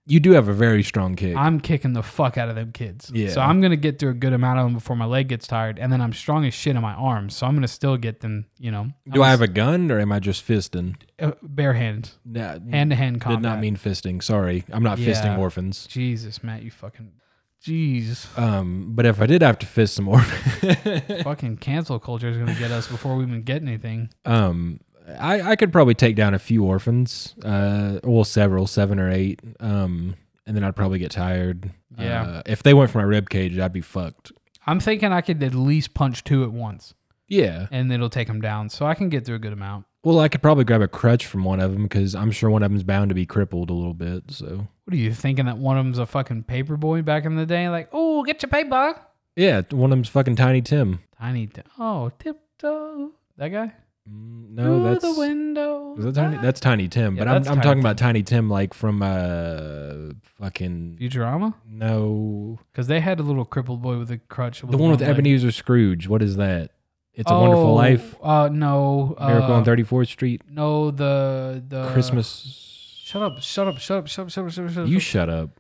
Speaker 5: You do have a very strong kick.
Speaker 4: I'm kicking the fuck out of them kids.
Speaker 5: Yeah.
Speaker 4: So I'm gonna get through a good amount of them before my leg gets tired, and then I'm strong as shit in my arms, so I'm gonna still get them. You know.
Speaker 5: do I have a gun or am I just fisting?
Speaker 4: uh, bare hands,
Speaker 5: Nah,
Speaker 4: hand to hand combat?
Speaker 5: did not mean fisting. Sorry. I'm not
Speaker 4: Yeah.
Speaker 5: fisting orphans.
Speaker 4: Jesus, Matt, you fucking. Jeez,
Speaker 5: Um, but if I did have to fist some orphans,
Speaker 4: fucking cancel culture is gonna get us before we even get anything.
Speaker 5: um, I, I could probably take down a few orphans, uh, well, several, seven or eight. Um, and then I'd probably get tired.
Speaker 4: Yeah.
Speaker 5: Uh, if they went for my rib cage, I'd be fucked.
Speaker 4: I'm thinking I could at least punch two at once,
Speaker 5: Yeah.
Speaker 4: and it'll take them down, so I can get through a good amount.
Speaker 5: Well, I could probably grab a crutch from one of them because I'm sure one of them's bound to be crippled a little bit. So
Speaker 4: What are you thinking that one of them's a fucking paper boy back in the day? Like, oh, get your paper.
Speaker 5: yeah, one of them's fucking Tiny Tim.
Speaker 4: Tiny, t- oh, tiptoe. That guy?
Speaker 5: Mm, No,
Speaker 4: Through
Speaker 5: that's
Speaker 4: the window.
Speaker 5: is that Tiny? That's Tiny Tim.
Speaker 4: Yeah,
Speaker 5: but I'm, I'm
Speaker 4: that's
Speaker 5: talking
Speaker 4: Tiny
Speaker 5: about Tiny Tim like from uh fucking
Speaker 4: Futurama?
Speaker 5: no
Speaker 4: Because they had a little crippled boy with a crutch.
Speaker 5: the one with
Speaker 4: leg.
Speaker 5: Ebenezer Scrooge. What is that? It's a
Speaker 4: Oh,
Speaker 5: Wonderful Life.
Speaker 4: Uh, no. Uh,
Speaker 5: Miracle on 34th Street.
Speaker 4: No, the the
Speaker 5: Christmas.
Speaker 4: Shut up! Shut up! Shut up! Shut up! Shut up! Shut up! Shut up
Speaker 5: You shut up.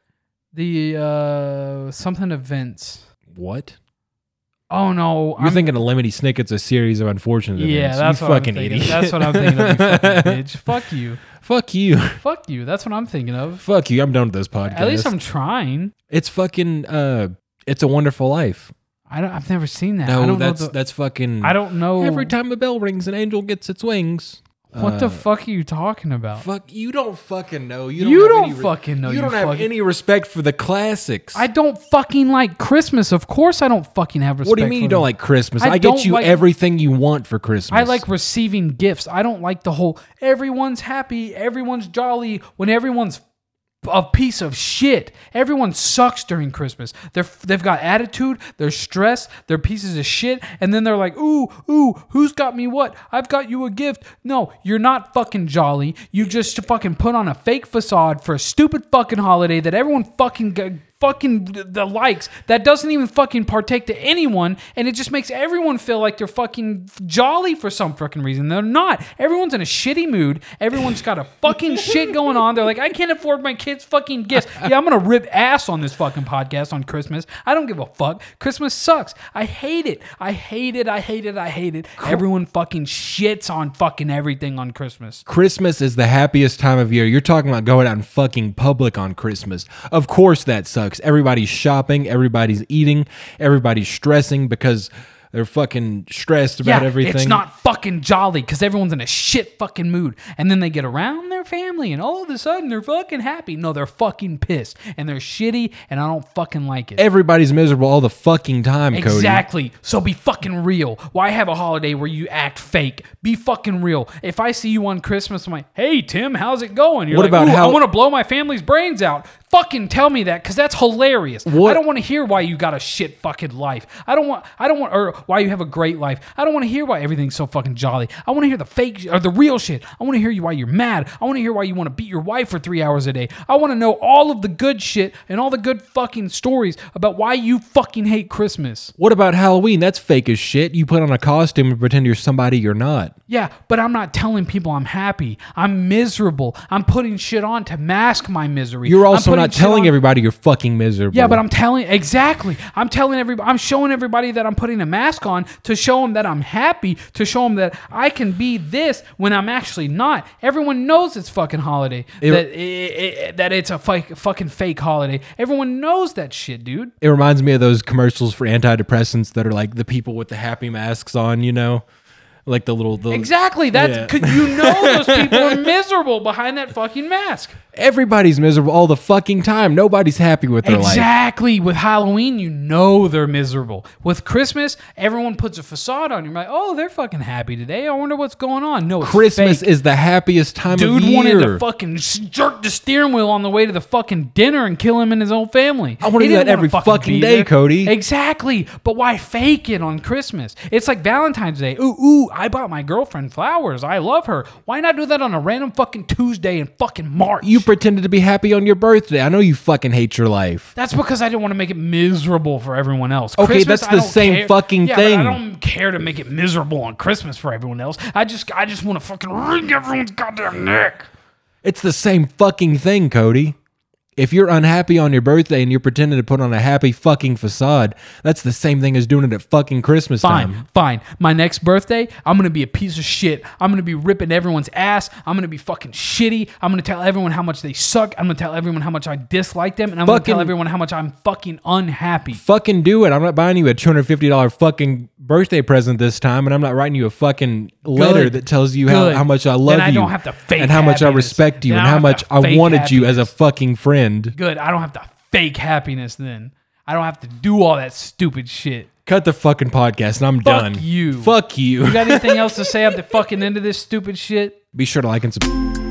Speaker 4: the uh something events.
Speaker 5: What?
Speaker 4: Oh no!
Speaker 5: You're thinking of Lemony Snicket's a series of unfortunate
Speaker 4: Yeah,
Speaker 5: events.
Speaker 4: that's
Speaker 5: you
Speaker 4: what
Speaker 5: fucking
Speaker 4: I'm thinking.
Speaker 5: idiot.
Speaker 4: That's what I'm thinking of. You fucking bitch. Fuck you.
Speaker 5: Fuck you.
Speaker 4: Fuck you. That's what I'm thinking of.
Speaker 5: Fuck you. I'm done with this podcast.
Speaker 4: At least I'm trying.
Speaker 5: It's fucking uh It's a Wonderful Life.
Speaker 4: I don't, I've never seen that. I
Speaker 5: No,
Speaker 4: don't
Speaker 5: that's
Speaker 4: know the,
Speaker 5: that's fucking
Speaker 4: I don't know.
Speaker 5: Every time a bell rings an angel gets its wings.
Speaker 4: What the
Speaker 5: Uh,
Speaker 4: fuck are you talking about?
Speaker 5: Fuck you don't fucking know. You don't, have
Speaker 4: You don't
Speaker 5: any re-
Speaker 4: fucking know,
Speaker 5: You,
Speaker 4: you
Speaker 5: don't have
Speaker 4: fucking-
Speaker 5: any respect for the classics.
Speaker 4: I don't fucking like Christmas. Of course, I don't fucking have respect.
Speaker 5: what do you mean
Speaker 4: for
Speaker 5: you
Speaker 4: them.
Speaker 5: don't like Christmas?
Speaker 4: I
Speaker 5: I, get
Speaker 4: don't
Speaker 5: you
Speaker 4: like-
Speaker 5: everything you want for Christmas.
Speaker 4: I like receiving gifts. I don't like the whole everyone's happy, everyone's jolly when everyone's a piece of shit. Everyone sucks during Christmas. They're they've got attitude, they're stressed, they're pieces of shit, and then they're like, "Ooh, ooh, who's got me what? I've got you a gift." No, you're not fucking jolly. You just fucking put on a fake facade for a stupid fucking holiday that everyone fucking g- fucking the likes that doesn't even fucking partake to anyone and it just makes everyone feel like they're fucking jolly for some fucking reason they're not everyone's in a shitty mood everyone's got a fucking shit going on they're like i can't afford my kids fucking gifts yeah i'm gonna rip ass on this fucking podcast on christmas i don't give a fuck christmas sucks i hate it i hate it i hate it i hate it everyone fucking shits on fucking everything on christmas
Speaker 5: Christmas is the happiest time of year. You're talking about going out in fucking public on Christmas. Of course that sucks. Everybody's shopping, everybody's eating, everybody's stressing because They're fucking stressed
Speaker 4: yeah,
Speaker 5: about everything.
Speaker 4: it's not fucking jolly because everyone's in a shit fucking mood. And then they get around their family and all of a sudden they're fucking happy. No, they're fucking pissed and they're shitty and I don't fucking like it.
Speaker 5: Everybody's miserable all the fucking time, Cody.
Speaker 4: Exactly. So be fucking real. Why have a holiday where you act fake? Be fucking real. If I see you on Christmas, I'm like, hey, Tim, how's it going? You're
Speaker 5: What
Speaker 4: like,
Speaker 5: about
Speaker 4: "Ooh,
Speaker 5: how-
Speaker 4: I want to blow my family's brains out. Fucking tell me that because that's hilarious. I don't want to hear why you got a shit fucking life. I don't want, I don't want, or why you have a great life. I don't want to hear why everything's so fucking jolly. I want to hear the fake sh- or the real shit. I want to hear you why you're mad. I want to hear why you want to beat your wife for three hours a day. I want to know all of the good shit and all the good fucking stories about why you fucking hate Christmas.
Speaker 5: What about Halloween? That's fake as shit. You put on a costume and pretend you're somebody you're not.
Speaker 4: Yeah, but I'm not telling people I'm happy. I'm miserable. I'm putting shit on to mask my misery.
Speaker 5: You're
Speaker 4: I'm
Speaker 5: also
Speaker 4: putting
Speaker 5: not
Speaker 4: shit
Speaker 5: telling
Speaker 4: on-
Speaker 5: everybody you're fucking miserable.
Speaker 4: Yeah, but I'm telling exactly. I'm telling everybody. I'm showing everybody that I'm putting a mask on to show them that I'm happy. To show them that I can be this when I'm actually not. Everyone knows it's fucking holiday. that i i i- that it's a fake, fucking fake holiday. Everyone knows that shit, dude.
Speaker 5: It reminds me of those commercials for antidepressants that are like the people with the happy masks on, you know? Like the little. The,
Speaker 4: Exactly. That's
Speaker 5: Yeah.
Speaker 4: 'cause you know those people are miserable behind that fucking mask.
Speaker 5: Everybody's miserable all the fucking time. Nobody's happy with their life.
Speaker 4: Exactly. With Halloween, you know they're miserable. With Christmas, everyone puts a facade on. You're like, oh, they're fucking happy today. I wonder what's going on. No, it's
Speaker 5: Christmas
Speaker 4: fake.
Speaker 5: is the happiest time
Speaker 4: Dude
Speaker 5: of year.
Speaker 4: wanted to fucking s- jerk the steering wheel on the way to the fucking dinner and kill him and his whole family.
Speaker 5: I wanna
Speaker 4: He
Speaker 5: do
Speaker 4: didn't
Speaker 5: that
Speaker 4: wanna
Speaker 5: every fucking
Speaker 4: be
Speaker 5: day,
Speaker 4: there.
Speaker 5: Cody.
Speaker 4: Exactly. But why fake it on Christmas? It's like Valentine's Day. Ooh, ooh, I bought my girlfriend flowers. I love her. Why not do that on a random fucking Tuesday in fucking March?
Speaker 5: you pretended to be happy on your birthday. I know you fucking hate your life.
Speaker 4: That's because I didn't want to make it miserable for everyone else.
Speaker 5: Okay, that's
Speaker 4: I
Speaker 5: the
Speaker 4: don't
Speaker 5: same
Speaker 4: care-
Speaker 5: fucking
Speaker 4: yeah,
Speaker 5: thing.
Speaker 4: But I don't care to make it miserable on Christmas for everyone else. I just, I just want to fucking wring everyone's goddamn neck.
Speaker 5: It's the same fucking thing, Cody. If you're unhappy on your birthday and you're pretending to put on a happy fucking facade, that's the same thing as doing it at fucking Christmas
Speaker 4: Fine,
Speaker 5: time.
Speaker 4: fine. My next birthday, I'm gonna be a piece of shit. I'm gonna be ripping everyone's ass. I'm gonna be fucking shitty. I'm gonna tell everyone how much they suck. I'm gonna tell everyone how much I dislike them, and I'm gonna
Speaker 5: Fucking-
Speaker 4: tell everyone how much I'm fucking unhappy.
Speaker 5: Fucking do it. I'm not buying you a $250 fucking birthday present this time, and I'm not writing you a fucking letter
Speaker 4: Good.
Speaker 5: that tells you how,
Speaker 4: Good.
Speaker 5: how much I
Speaker 4: Then
Speaker 5: love
Speaker 4: I
Speaker 5: you
Speaker 4: don't have to fake
Speaker 5: and how much I
Speaker 4: happiness.
Speaker 5: respect you
Speaker 4: Then
Speaker 5: and
Speaker 4: I
Speaker 5: how
Speaker 4: don't have
Speaker 5: much
Speaker 4: to
Speaker 5: I
Speaker 4: fake
Speaker 5: wanted you as a
Speaker 4: happiness.
Speaker 5: fucking friend.
Speaker 4: Good. I don't have to fake happiness then. I don't have to do all that stupid shit.
Speaker 5: Cut the fucking podcast, and I'm
Speaker 4: Fuck
Speaker 5: done.
Speaker 4: you.
Speaker 5: Fuck you.
Speaker 4: You got anything else to say at the fucking end of this stupid shit?
Speaker 5: Be sure to like and subscribe.